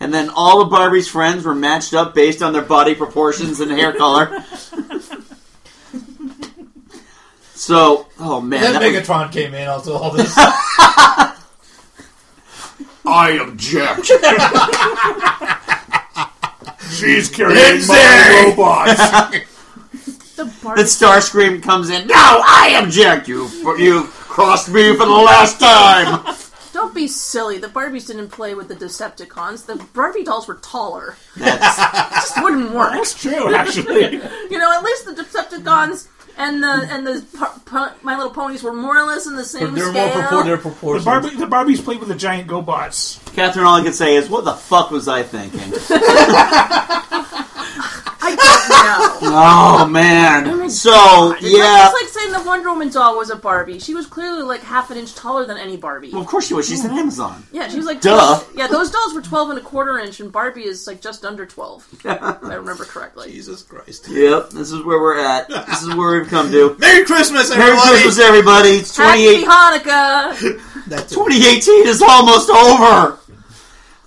S3: And then all of Barbie's friends were matched up based on their body proportions and hair color. So, oh man,
S10: then
S3: that was-
S10: Megatron came in also all this.
S3: I object.
S4: She's
S3: carrying my robots. That Starscream comes in. No, I object. You, you crossed me for the last time.
S6: Don't be silly. The Barbies didn't play with the Decepticons. The Barbie dolls were taller. it just wouldn't work. That's
S4: true, actually.
S6: you know, at least the Decepticons and the and the pu- pu- My Little Ponies were more or less in the same scale.
S4: The, Barbie, the Barbies played with the giant GoBots.
S3: Catherine, all I can say is, what the fuck was I thinking?
S6: I don't know.
S3: oh man. so
S6: It's like-
S3: yeah,
S6: it's like saying the Wonder Woman doll was a Barbie. She was clearly like half an inch taller than any Barbie.
S3: well, of course she was. She's an Amazon.
S6: Yeah, she was like
S3: Duh.
S6: Yeah, those dolls were twelve and a quarter inch, and Barbie is like just under twelve. if I remember correctly.
S10: Jesus Christ.
S3: Yep, this is where we're at. This is where we've come to.
S10: Merry Christmas,
S3: Merry
S10: everybody!
S3: Christmas, everybody! It's
S6: Happy
S3: 28,
S6: Hanukkah.
S3: 2018 is almost over.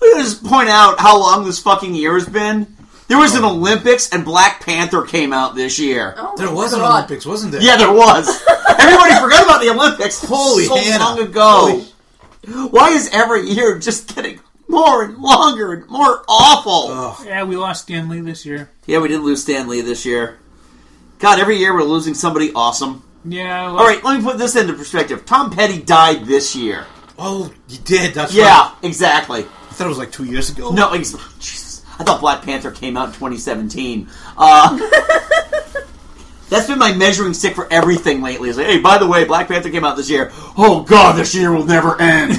S3: Let me just point out how long this fucking year has been. There was an Olympics, and Black Panther came out this year.
S6: Oh
S7: there was an
S3: God.
S7: Olympics, wasn't there?
S3: Yeah, there was. Everybody forgot about the Olympics.
S7: Holy
S3: so
S7: Hannah.
S3: long ago. Why is every year just getting more and longer and more awful?
S4: Yeah, we lost Stan Lee this year.
S3: Yeah, we did lose Stan Lee this year. God, every year we're losing somebody awesome.
S4: Yeah.
S3: All right, let me put this into perspective. Tom Petty died this year.
S7: Oh, you did. That's right.
S3: yeah, exactly.
S7: I thought it was like two years ago.
S3: No, ex- Jesus. I thought Black Panther came out in 2017. Uh, that's been my measuring stick for everything lately. Is like, hey, by the way, Black Panther came out this year. Oh God, this year will never end.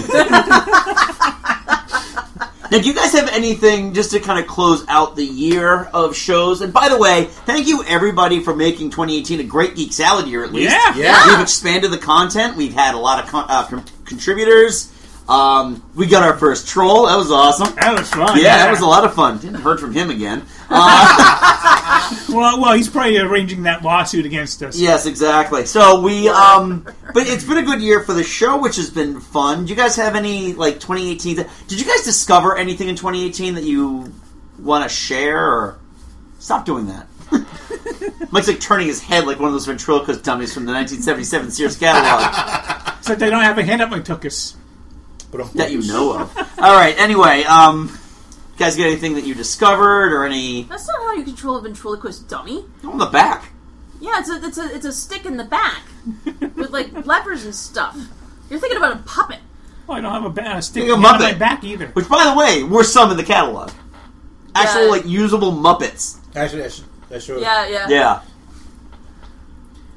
S3: Now, do you guys have anything just to kind of close out the year of shows? And by the way, thank you everybody for making 2018 a great Geek Salad year. At least,
S4: Yeah. Yeah.
S3: we've expanded the content. We've had a lot of con- uh, con- contributors. Um, we got our first troll. That was awesome.
S4: That was fun.
S3: Yeah,
S4: yeah.
S3: that was a lot of fun. Didn't heard from him again. Uh,
S4: Well, well, he's probably arranging that lawsuit against us.
S3: Yes, exactly. So we, um, but it's been a good year for the show, which has been fun. Do you guys have any like 2018? th- Did you guys discover anything in 2018 that you want to share? Or stop doing that. Mike's like turning his head like one of those ventriloquist dummies from the 1977 Sears catalog
S4: Except they don't have a hand up my tuchus.
S3: that you know of. All right. Anyway, um, you guys got anything that you discovered or any
S6: That's not how you control a ventriloquist dummy.
S3: on the back?
S6: Yeah, it's a it's a it's a stick in the back with like levers and stuff. You're thinking about a puppet.
S4: Oh, I don't have a, ba- a stick
S3: Think of
S4: hand up my
S3: Muppet.
S4: back either.
S3: Which, by the way, were some in the catalog. actual like usable Muppets.
S5: Actually, I should. I should.
S6: Yeah, yeah.
S3: Yeah.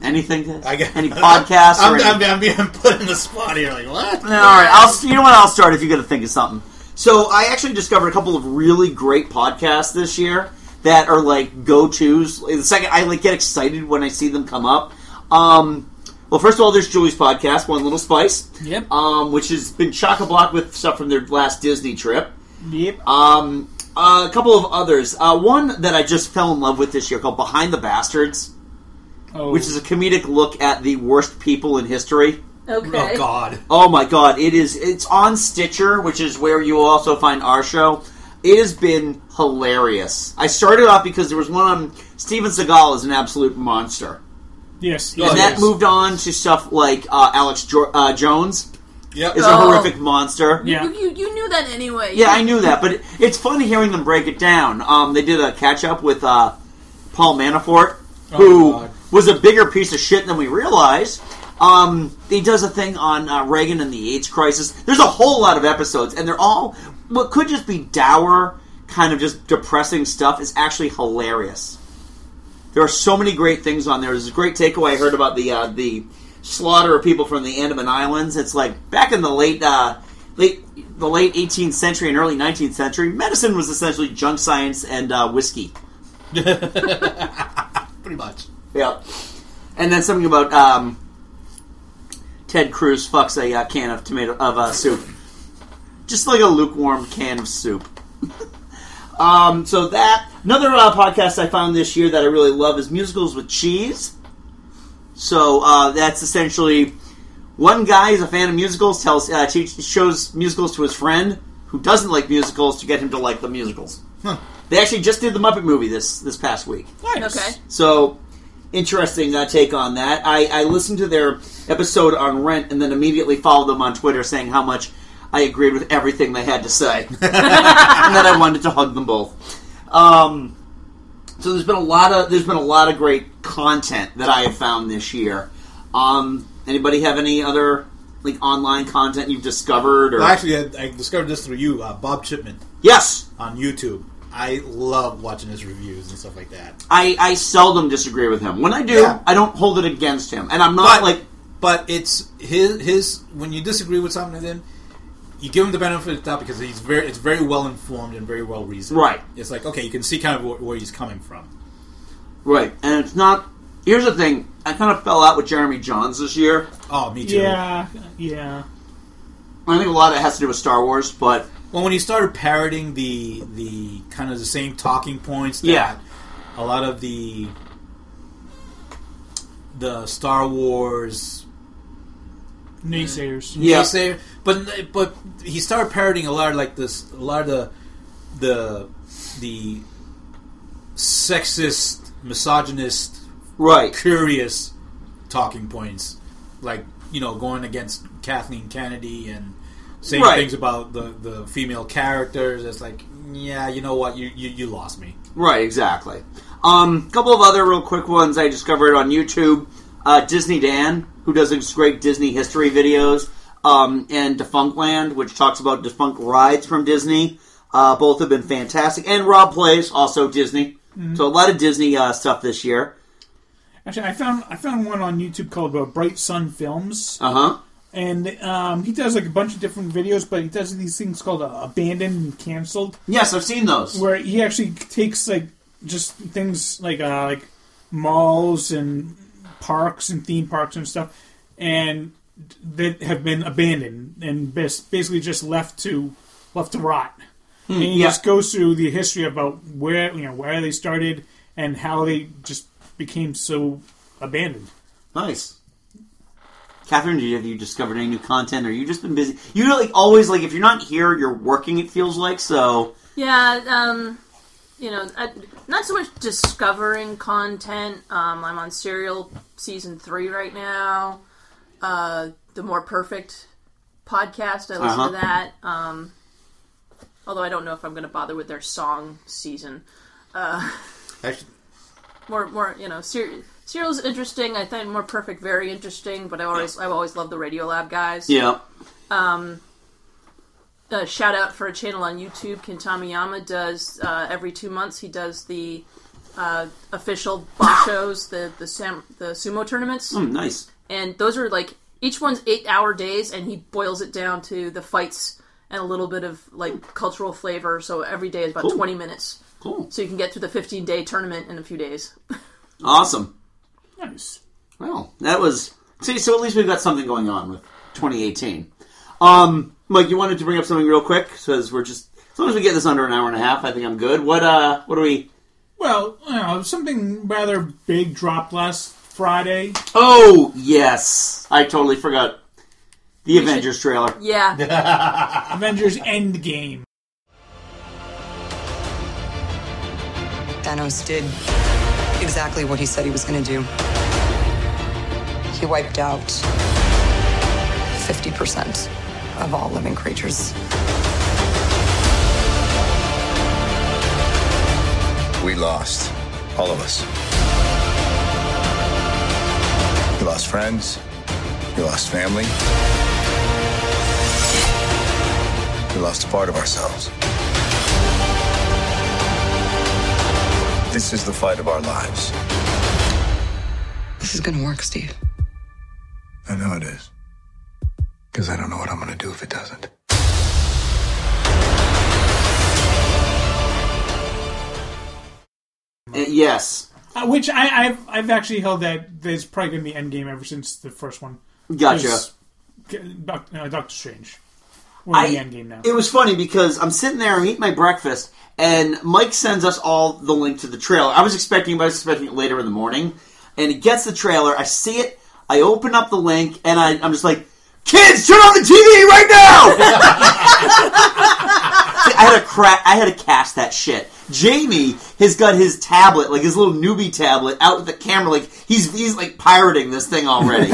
S3: Anything? I got any podcasts?
S5: I'm,
S3: or
S5: I'm, I'm being put in the spot here. Like what?
S3: No, all right. I'll, you know what? I'll start if you're going to think of something. So I actually discovered a couple of really great podcasts this year that are like go tos. The second I like get excited when I see them come up. Um, well, first of all, there's Julie's podcast, One Little Spice.
S4: Yep.
S3: Um, which has been chock a block with stuff from their last Disney trip.
S4: Yep.
S3: Um, a couple of others. Uh, one that I just fell in love with this year called Behind the Bastards,
S4: Oh.
S3: which is a comedic look at the worst people in history.
S6: Okay.
S5: God.
S3: Oh my god, it is it's on Stitcher, which is where you will also find our show. It has been hilarious. I started off because there was one on Steven Seagal is an absolute monster.
S4: Oh, Yes.
S3: And Oh, that moved on to stuff like uh, Alex jo- uh, Jones
S5: Yep.
S3: is a
S6: Oh.
S3: horrific monster.
S4: Yeah.
S6: You, you, you knew that anyway.
S3: Yeah, I knew that, but it, it's fun hearing them break it down. Um, they did a catch up with uh, Paul Manafort, who
S5: God.
S3: was a bigger piece of shit than we realized. Um, he does a thing on uh, Reagan and the AIDS crisis. There's a whole lot of episodes, and they're all what could just be dour, kind of just depressing stuff is actually hilarious. There are so many great things on there. There's a great takeaway I heard about the uh, the slaughter of people from the Andaman Islands. It's like back in the late uh, late the late 18th century and early 19th century, medicine was essentially junk science and uh, whiskey.
S5: Pretty much.
S3: Yeah, and then something about um, Ted Cruz fucks a uh, can of tomato of uh, soup, just like a lukewarm can of soup. um, so that another uh, podcast I found this year that I really love is Musicals with Cheese. So uh, that's essentially one guy is a fan of musicals, tells uh, teach, shows musicals to his friend who doesn't like musicals to get him to like the musicals. They actually just did the Muppet movie this this past week.
S6: Okay.
S3: So interesting uh, take on that. I, I listened to their episode on Rent and then immediately followed them on Twitter saying how much I agreed with everything they had to say, and that I wanted to hug them both. Um, so there's been a lot of there's been a lot of great content that I have found this year. Um, anybody have any other like online content you've discovered or
S5: Well, actually, I, I discovered this through you, uh, Bob Chipman,
S3: yes?
S5: on YouTube. I love watching his reviews and stuff like that.
S3: I, I seldom disagree with him. When I do,
S5: Yeah.
S3: I don't hold it against him, and I'm not
S5: But-
S3: like
S5: But it's his his when you disagree with something with him, you give him the benefit of the doubt because he's very it's very well informed and very well reasoned.
S3: Right.
S5: It's like okay, you can see kind of where, where he's coming from.
S3: Right, and it's not. Here's the thing: I kind of fell out with Jeremy Johns this year.
S5: Oh, me too.
S4: Yeah. Yeah.
S3: I think a lot of it has to do with Star Wars, but
S5: Well, when he started parroting the the kind of the same talking points, that
S3: Yeah.
S5: a lot of the the Star Wars
S4: Naysayers.
S3: Yeah.
S5: naysay- but but he started parroting a lot of like this, a lot of the the the sexist, misogynist,
S3: right,
S5: curious talking points, like you know, going against Kathleen Kennedy and saying
S3: Right.
S5: things about the the female characters. It's like, yeah, you know what, you you, you lost me.
S3: right, exactly. Um, couple of other real quick ones I discovered on YouTube: uh, Disney Dan, who does these great Disney history videos, um, and Defunctland, which talks about defunct rides from Disney. Uh, both have been fantastic, and Rob plays also Disney. So a lot of Disney uh, stuff this year.
S4: Actually, I found I found one on YouTube called uh, Bright Sun Films,
S3: Uh huh.
S4: and um, he does like a bunch of different videos, but he does these things called uh, abandoned and canceled,
S3: Yes, I've seen those.
S4: where he actually takes like just things like uh, like malls and parks and theme parks and stuff, and that have been abandoned and bas- basically just left to left to rot. and he
S3: yeah.
S4: just goes through the history about where you know where they started and how they just became so abandoned.
S3: Nice. Catherine, did- have you discovered any new content, or you just been busy? You like always like if you're not here, you're working. It feels like so.
S6: Yeah, um, you know, I, not so much discovering content. Um, I'm on Serial season three right now. Uh, the More Perfect podcast, I listen
S3: Uh-huh.
S6: to that. Um, although I don't know if I'm going to bother with their song season. Uh,
S5: Actually,
S6: More, more, you know, Ser- Serial's interesting. I find More Perfect very interesting, but I always, I've always loved the Radio Lab guys.
S3: Yeah.
S6: uh, shout out for a channel on YouTube. Kentamiyama does uh, every two months. He does the uh, official bashos, the the, sam- the sumo tournaments.
S3: Mm, nice.
S6: And those are like each one's eight hour days, and he boils it down to the fights and a little bit of like cultural flavor. So every day is about
S3: Cool.
S6: twenty minutes.
S3: Cool.
S6: So you can get through the fifteen day tournament in a few days.
S3: Awesome.
S4: Nice.
S3: Well, that was see. So at least we've got something going on with 2018. Um, Mike, you wanted to bring up something real quick because we're just as long as we get this under an hour and a half, I think I'm good. What uh, what are we?
S4: Well, you know, something rather big dropped last Friday.
S3: Oh yes, I totally forgot the Avengers trailer.
S4: Yeah. Avengers Endgame.
S13: Thanos did exactly what he said he was going to do. He wiped out 50% of all living creatures.
S14: We lost. All of us. You lost friends. You lost family. We lost a part of ourselves. This is the fight of our lives.
S13: This is going to work, Steve.
S14: I know it is. Because I don't know what I'm going to do if it doesn't.
S3: Uh, yes.
S4: Uh, which I, I've I've actually held that there's probably going to be Endgame ever since the first one.
S3: Gotcha.
S4: There's- Doc, uh, Doctor Strange. We're in the
S3: I,
S4: Endgame now.
S3: it was funny because I'm sitting there, I'm eating my breakfast, and Mike sends us all the link to the trailer. I was expecting, but I was expecting it later in the morning. And he gets the trailer, I see it, I open up the link, and I, I'm just like, kids, turn on the TV right now! See, I had a cra- I had to cast that shit. Jamie has got his tablet, like his little newbie tablet, out with the camera, like he's he's like pirating this thing already.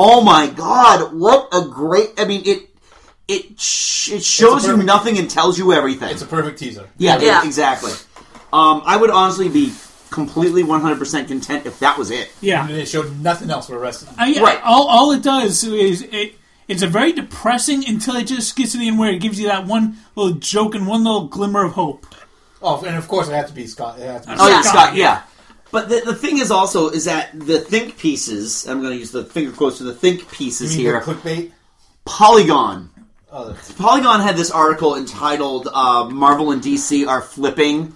S3: Oh my god, what a great! I mean, it it sh- it shows you nothing and tells you everything. It's a
S7: perfect teaser.
S3: Yeah,
S4: Yeah.
S3: it- exactly. Um, I would honestly be completely 100% content if that was it.
S4: Yeah.
S7: And they showed nothing else for the rest of
S4: I, I- all, all it does is it. It's a very depressing until it just gets to the end where it gives you that one little joke and one little glimmer of hope.
S7: Oh, and of course it had to be Scott. It had to be
S3: Oh yeah, Scott. Yeah, but the, the thing is also is that the think pieces. I'm going to use the finger quotes for the think pieces
S7: You mean
S3: here.
S7: the clickbait?
S3: Polygon.
S7: Oh,
S3: Polygon had this article entitled uh, "Marvel and DC are flipping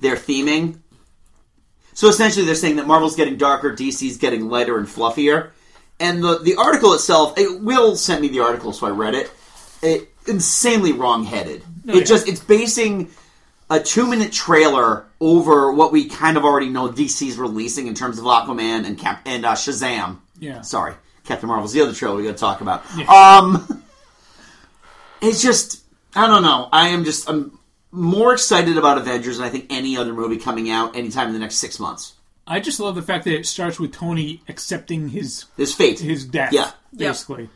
S3: their theming." So essentially, they're saying that Marvel's getting darker, DC's getting lighter and fluffier. And the the article itself, it, Will sent me the article, so I read it. It insanely wrongheaded.
S15: Oh,
S3: it
S15: yeah.
S3: just it's basing a two minute trailer over what we kind of already know DC's releasing in terms of Aquaman and Cap and uh, Shazam.
S4: Yeah.
S3: Sorry, Captain Marvel's the other trailer we got to talk about.
S4: Yeah.
S3: Um, it's just I don't know. I am just I'm more excited about Avengers than I think any other movie coming out anytime in the next six months.
S4: I just love the fact that it starts with Tony accepting his
S3: His fate,
S4: his death.
S3: Yeah. Yeah.
S4: basically,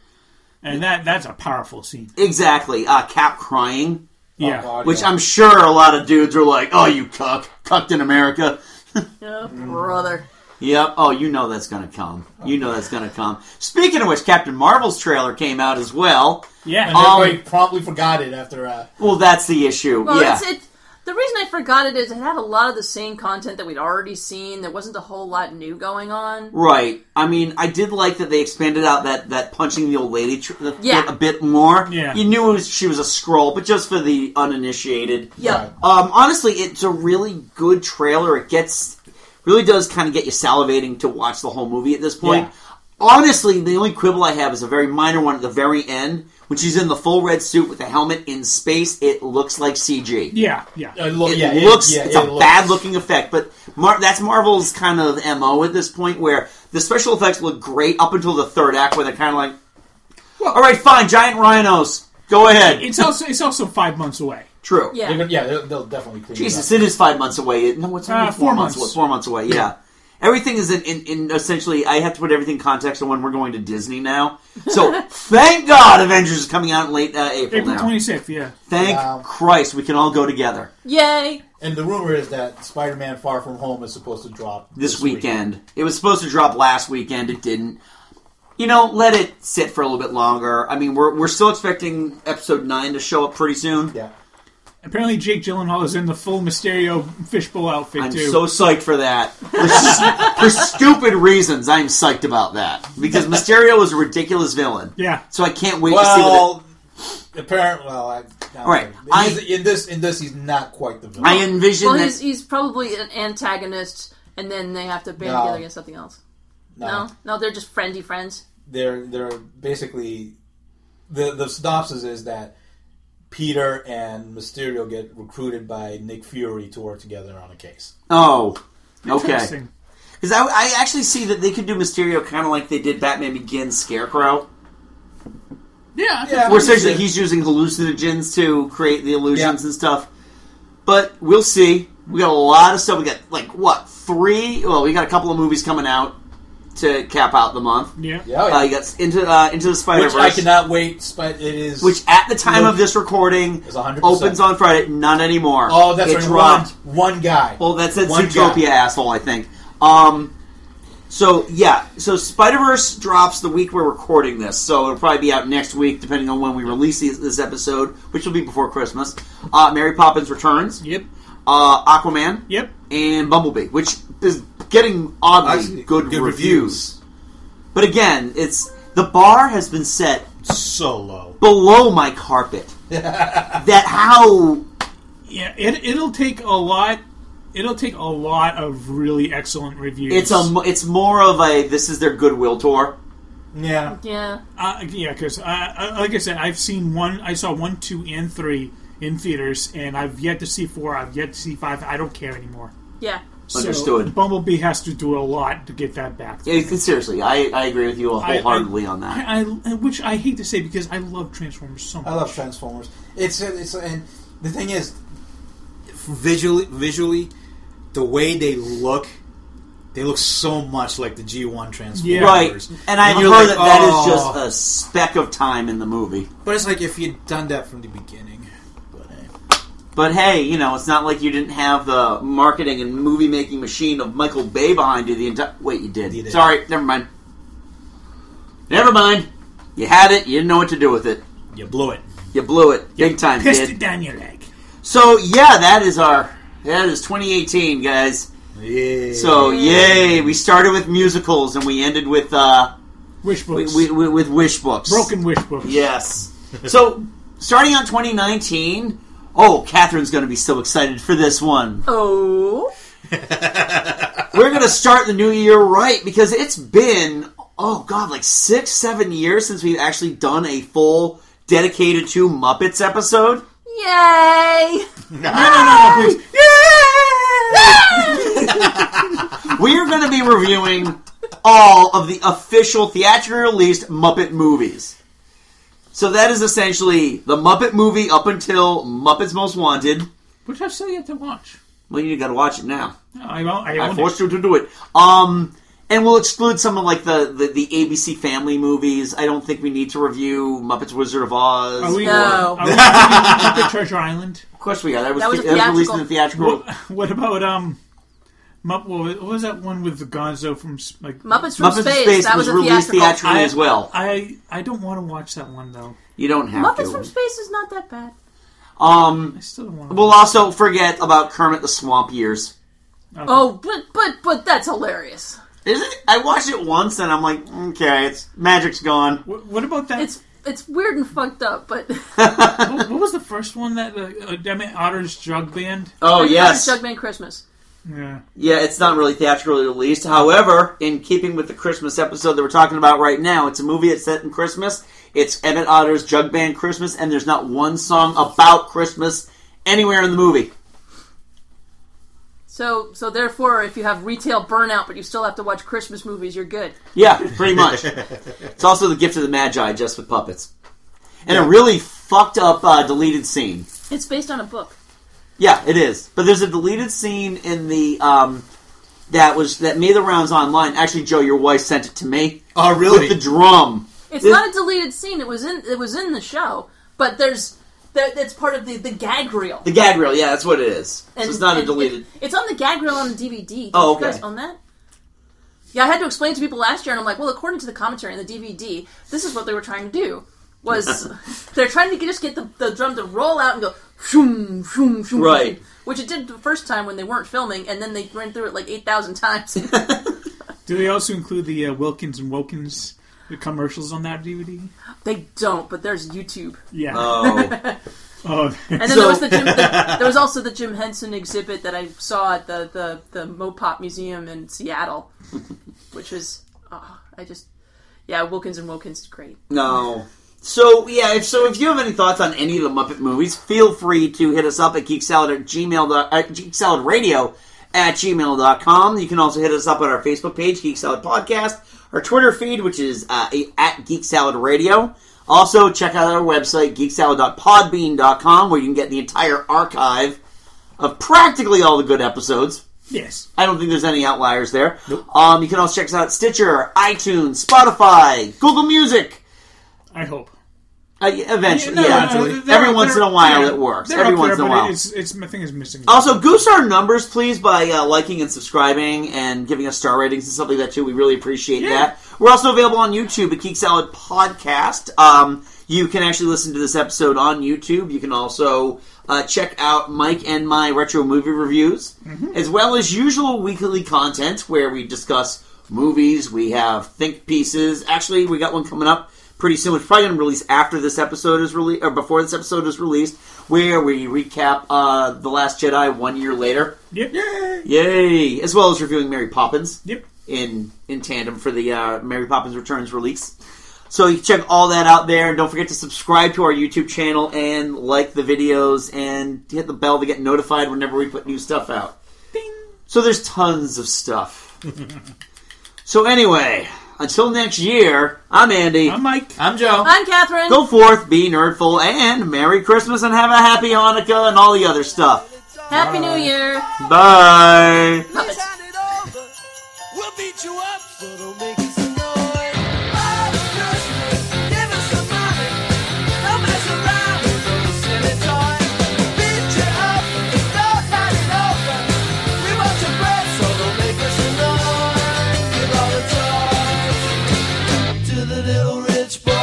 S4: and that that's a powerful scene.
S3: Exactly. Uh, Cap crying.
S4: Yeah. Oh, God,
S3: Which
S4: yeah.
S3: I'm sure a lot of dudes are like, "Oh, you cuck, cucked in America."
S6: Oh, brother.
S3: Yep. Oh, you know that's going to come. You know that's going to come. Speaking of which, Captain Marvel's trailer came out as well.
S7: Yeah, and
S3: Um,
S7: everybody promptly forgot it after. Uh,
S3: Well, that's the issue.
S6: Well,
S3: yeah.
S6: it's, it, the reason I forgot it is it had a lot of the same content that we'd already seen. There wasn't a whole lot new going on.
S3: Right. I mean, I did like that they expanded out that, that punching the old lady tr- the-
S6: Yeah.
S3: a bit more. Yeah. You knew it was, she was a scroll, but just for the uninitiated.
S6: Yeah.
S3: Um, honestly, it's a really good trailer. It gets really does kind of get you salivating to watch the whole movie at this point.
S15: Yeah.
S3: Honestly, the only quibble I have is a very minor one at the very end when she's in the full red suit with the helmet in space. It looks like CG.
S4: Yeah, yeah.
S7: Uh,
S3: It looks it's a bad looking effect, but Mar- that's Marvel's kind of mo at this point, where the special effects look great up until the third act, where they're kind of like, "All right, fine, giant rhinos, go ahead."
S4: It's also it's also five months away.
S3: True.
S6: Yeah.
S7: They're gonna- yeah, they'll, they'll definitely clean
S3: Jesus,
S7: it up.
S3: it is five months away. No, it's only
S7: Uh,
S3: four,
S7: four
S3: months.
S7: months.
S3: away. Four months away. Yeah, everything is in, in, in. Essentially, I have to put everything in context on when we're going to Disney now. So thank God, Avengers is coming out in late uh, April,
S4: April
S3: now.
S4: twenty sixth. Yeah.
S3: Thank
S7: Wow.
S3: Christ, we can all go together
S6: Yay!
S7: And the rumor is that Spider-Man: Far From Home is supposed to drop
S3: this, weekend. It was supposed to drop last weekend. It didn't. you know, let it sit for a little bit longer. I mean, we're we're still expecting episode nine to show up pretty soon.
S10: Yeah.
S4: Apparently, Jake Gyllenhaal is in the full Mysterio fishbowl outfit
S3: I'm
S4: too.
S3: so psyched for that. For, s- for stupid reasons, I'm psyched about that because Mysterio is a ridiculous villain.
S4: Yeah.
S3: So I can't wait to see what.
S7: Well,
S3: It,
S7: apparent. Well, I, I
S3: All right,
S7: I, in this in this he's not quite the villain.
S3: I envision
S6: well,
S3: that.
S6: he's, he's probably an antagonist, and then they have to band
S7: No.
S6: together against something else. No. no, they're just friendly friends.
S7: they're they're basically the the synopsis is that Peter and Mysterio get recruited by Nick Fury to work together on a case.
S3: Oh, okay.
S7: Interesting.
S3: Because I, I actually see that they could do Mysterio kind of like they did Batman Begins Scarecrow,
S4: yeah,
S3: yeah, where essentially he's using hallucinogens to create the illusions and stuff. But we'll see. We got a lot of stuff. We got like what three? Well, we got a couple of movies coming out to cap out the month.
S4: Yeah,
S7: Yeah, Oh, yeah.
S3: Uh, you got into uh, into the Spider
S7: which
S3: Verse,
S7: I cannot wait. But it is
S3: which at the time of this recording
S7: is 100%.
S3: opens on Friday. Not anymore.
S7: Oh, that's
S3: It's
S7: right.
S3: dropped.
S7: One, one guy.
S3: Well, that's that
S7: One
S3: Zootopia
S7: guy.
S3: asshole, I think. Um, so yeah, so Spider Verse drops the week we're recording this, so it'll probably be out next week, depending on when we release these, this episode, which will be before Christmas. Uh, Mary Poppins returns.
S4: Yep.
S3: Uh, Aquaman.
S4: Yep.
S3: And Bumblebee, which is getting oddly
S7: Actually,
S3: good,
S7: good
S3: reviews. But again, it's the bar has been set
S7: so low
S3: below my carpet. that how
S4: yeah. It it'll take a lot. It'll take a lot of really excellent reviews.
S3: it's a it's more of a this is their goodwill tour.
S7: yeah.
S6: Yeah,
S4: Uh, yeah, because I, I, like I said, I've seen one. I saw one, two, and three in theaters, and I've yet to see four. I've yet to see five. I don't care anymore.
S6: yeah.
S4: So,
S3: Understood.
S4: Bumblebee has to do a lot to get that back.
S3: Yeah, it's- seriously, I, I agree with you wholeheartedly on that.
S4: I, I, which I hate to say because I love Transformers so much.
S7: I love Transformers. It's it's and the thing is, visually visually, the way they look, they look so much like the G one Transformers.
S3: Right, and I've
S7: you're
S3: heard that
S7: like,
S3: that is
S7: "Oh."
S3: just a speck of time in the movie.
S7: But it's like if you'd done that from the beginning. But, eh.
S3: But hey, you know, it's not like you didn't have the marketing and movie making machine of Michael Bay behind you the entire. Wait, you did.
S7: You did.
S3: Sorry, never mind. Never mind. You had it. You didn't know what to do with it.
S7: You blew it.
S3: You blew it big time,
S4: Pissed
S3: kid.
S4: it down your leg.
S3: So yeah, that is our that is 2018, guys.
S7: Yeah.
S3: So yay, we started with musicals and we ended with uh
S4: Wish books.
S3: we, we, with wish books.
S4: Broken wish books.
S3: Yes. So, starting on 2019, oh, Catherine's going to be so excited for this one.
S6: Oh,
S3: We're going to start the new year right because it's been, oh, God, like six, seven years since we've actually done a full dedicated to Muppets episode.
S6: yay!
S3: We are going to be reviewing all of the official theatrically released Muppet movies. So that is essentially the Muppet movie up until Muppets Most Wanted.
S4: Which I've still yet to watch.
S3: Well, you got to watch it now.
S4: No, I won't. I,
S3: I
S4: own
S3: forced
S4: it.
S3: you to do it. Um, and we'll exclude some of like the, the, the ABC Family movies. I don't think we need to review Muppets Wizard of Oz.
S4: Are we,
S6: No.
S4: are we Muppet Treasure Island?
S3: Of course we are. That was,
S6: That was a
S3: that was released in the
S4: What,
S3: theatrical.
S4: what about um? Mupp, what was- what was that one with the Gonzo from s- like
S6: Muppets from
S3: Muppets in
S6: Space.
S3: Space
S6: That was,
S3: was
S6: a
S3: released
S6: theatrical.
S3: theatrically
S4: I-
S3: as well.
S4: I I don't want to watch that one though.
S3: You don't have
S6: Muppets
S3: to.
S6: from Space is not that bad.
S3: Um,
S4: I still don't want. to
S3: we'll also forget about Kermit the Swamp Years.
S6: Oh, but but but that's hilarious.
S3: Is it? I watched it once and I'm like, okay, it's magic's gone.
S4: What, what about that?
S6: It's it's weird and fucked up, but
S4: what, what was the first one that uh, uh, Demi Otter's Jug Band?
S3: Oh yes,
S6: Jugman Christmas.
S4: Yeah.
S3: yeah. It's not really theatrically released. However, in keeping with the Christmas episode that we're talking about right now, it's a movie that's set in Christmas. It's Emmett Otter's Jug Band Christmas, and there's not one song about Christmas anywhere in the movie.
S6: So so therefore, if you have retail burnout, but you still have to watch Christmas movies, you're good.
S3: Yeah, pretty much. it's also the gift of the Magi, just with puppets, and a really fucked up uh, deleted scene.
S6: It's based on a book.
S3: Yeah, it is. But there's a deleted scene in the um, that was that made the rounds online. Actually, Joe, your wife sent it to me.
S7: Oh, really?
S3: With the drum.
S6: It's
S3: This-
S6: not a deleted scene. It was in it was in the show, but there's that, that's part of the, the gag reel.
S3: The gag reel, yeah, that's what it is. So
S6: And-
S3: it's not a
S6: and
S3: deleted.
S6: it- it's on the gag reel on the DVD. Did
S3: Oh,
S6: you guys
S3: okay.
S6: own that? Yeah, I had to explain to people last year, and I'm like, well, according to the commentary and the DVD, this is what they were trying to do. Was they're trying to get, just get the, the drum to roll out and go, shoom, shoom, shoom,
S3: Right.
S6: shoom, which it did the first time when they weren't filming, and then they ran through it like 8,000 times.
S4: Do they also include the uh, Wilkins and Wilkins the commercials on that DVD?
S6: they don't, but there's YouTube.
S4: Yeah.
S3: Uh,
S6: and
S4: oh.
S6: then there was the Jim, the, there was also the Jim Henson exhibit that I saw at the the, the Mopop Museum in Seattle, which was oh, I just yeah Wilkins and Wilkins is great.
S3: No. So yeah, if so, if you have any thoughts on any of the Muppet movies, feel free to hit us up at geeksalad at gmail dot- at geeksaladradio at gmail.com. You can also hit us up on our Facebook page, Geek Salad Podcast, our Twitter feed, which is uh, at Geek Salad Radio. Also, check out our website, geeksalad.podbean.com, where you can get the entire archive of practically all the good episodes.
S4: Yes.
S3: I don't think there's any outliers there. Um, you can also check us out at Stitcher, iTunes, Spotify, Google Music.
S4: I hope.
S3: Uh, yeah, eventually,
S4: no,
S3: yeah.
S4: no, no, they're-
S3: Every once in
S4: they're-
S3: a while,
S4: they're-
S3: it works.
S4: they're
S3: Every
S4: up
S3: once
S4: there,
S3: in a
S4: but
S3: while.
S4: It's, it's, my thing is missing.
S3: Also, goose our numbers, please, by uh, liking and subscribing and giving us star ratings and stuff like that, too. We really appreciate
S4: Yeah.
S3: that. We're also available on YouTube at Geek Salad Podcast. Um, you can actually listen to this episode on YouTube. You can also uh, check out Mike and my retro movie reviews, as well as usual weekly content where we discuss movies. We have think pieces. Actually, we got one coming up pretty soon. It's probably going to release after this episode is released, or before this episode is released, where we recap uh, The Last Jedi one year later.
S4: Yep.
S3: Yay! As well as reviewing Mary Poppins.
S4: Yep.
S3: In in tandem for the uh, Mary Poppins Returns release. So you can check all that out there, and don't forget to subscribe to our YouTube channel and like the videos and hit the bell to get notified whenever we put new stuff out. So there's tons of stuff. so anyway, until next year, I'm Andy. I'm
S4: Mike.
S3: I'm Joe.
S6: I'm Catherine.
S3: Go forth, be nerdful, and Merry Christmas, and have a happy Hanukkah and all the other stuff.
S6: Happy New Year.
S3: Bye.
S6: Puppets.
S2: We'll beat you up, so don't make us annoyed. Father Christmas, give us some money. Don't mess around with those silly toys. We'll beat you up, it's not not it over. We want your bread, so don't make us annoyed. Give all the toys to the little rich boy.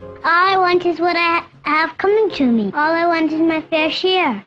S1: All I want is what I have coming to me. All I want is my fair share.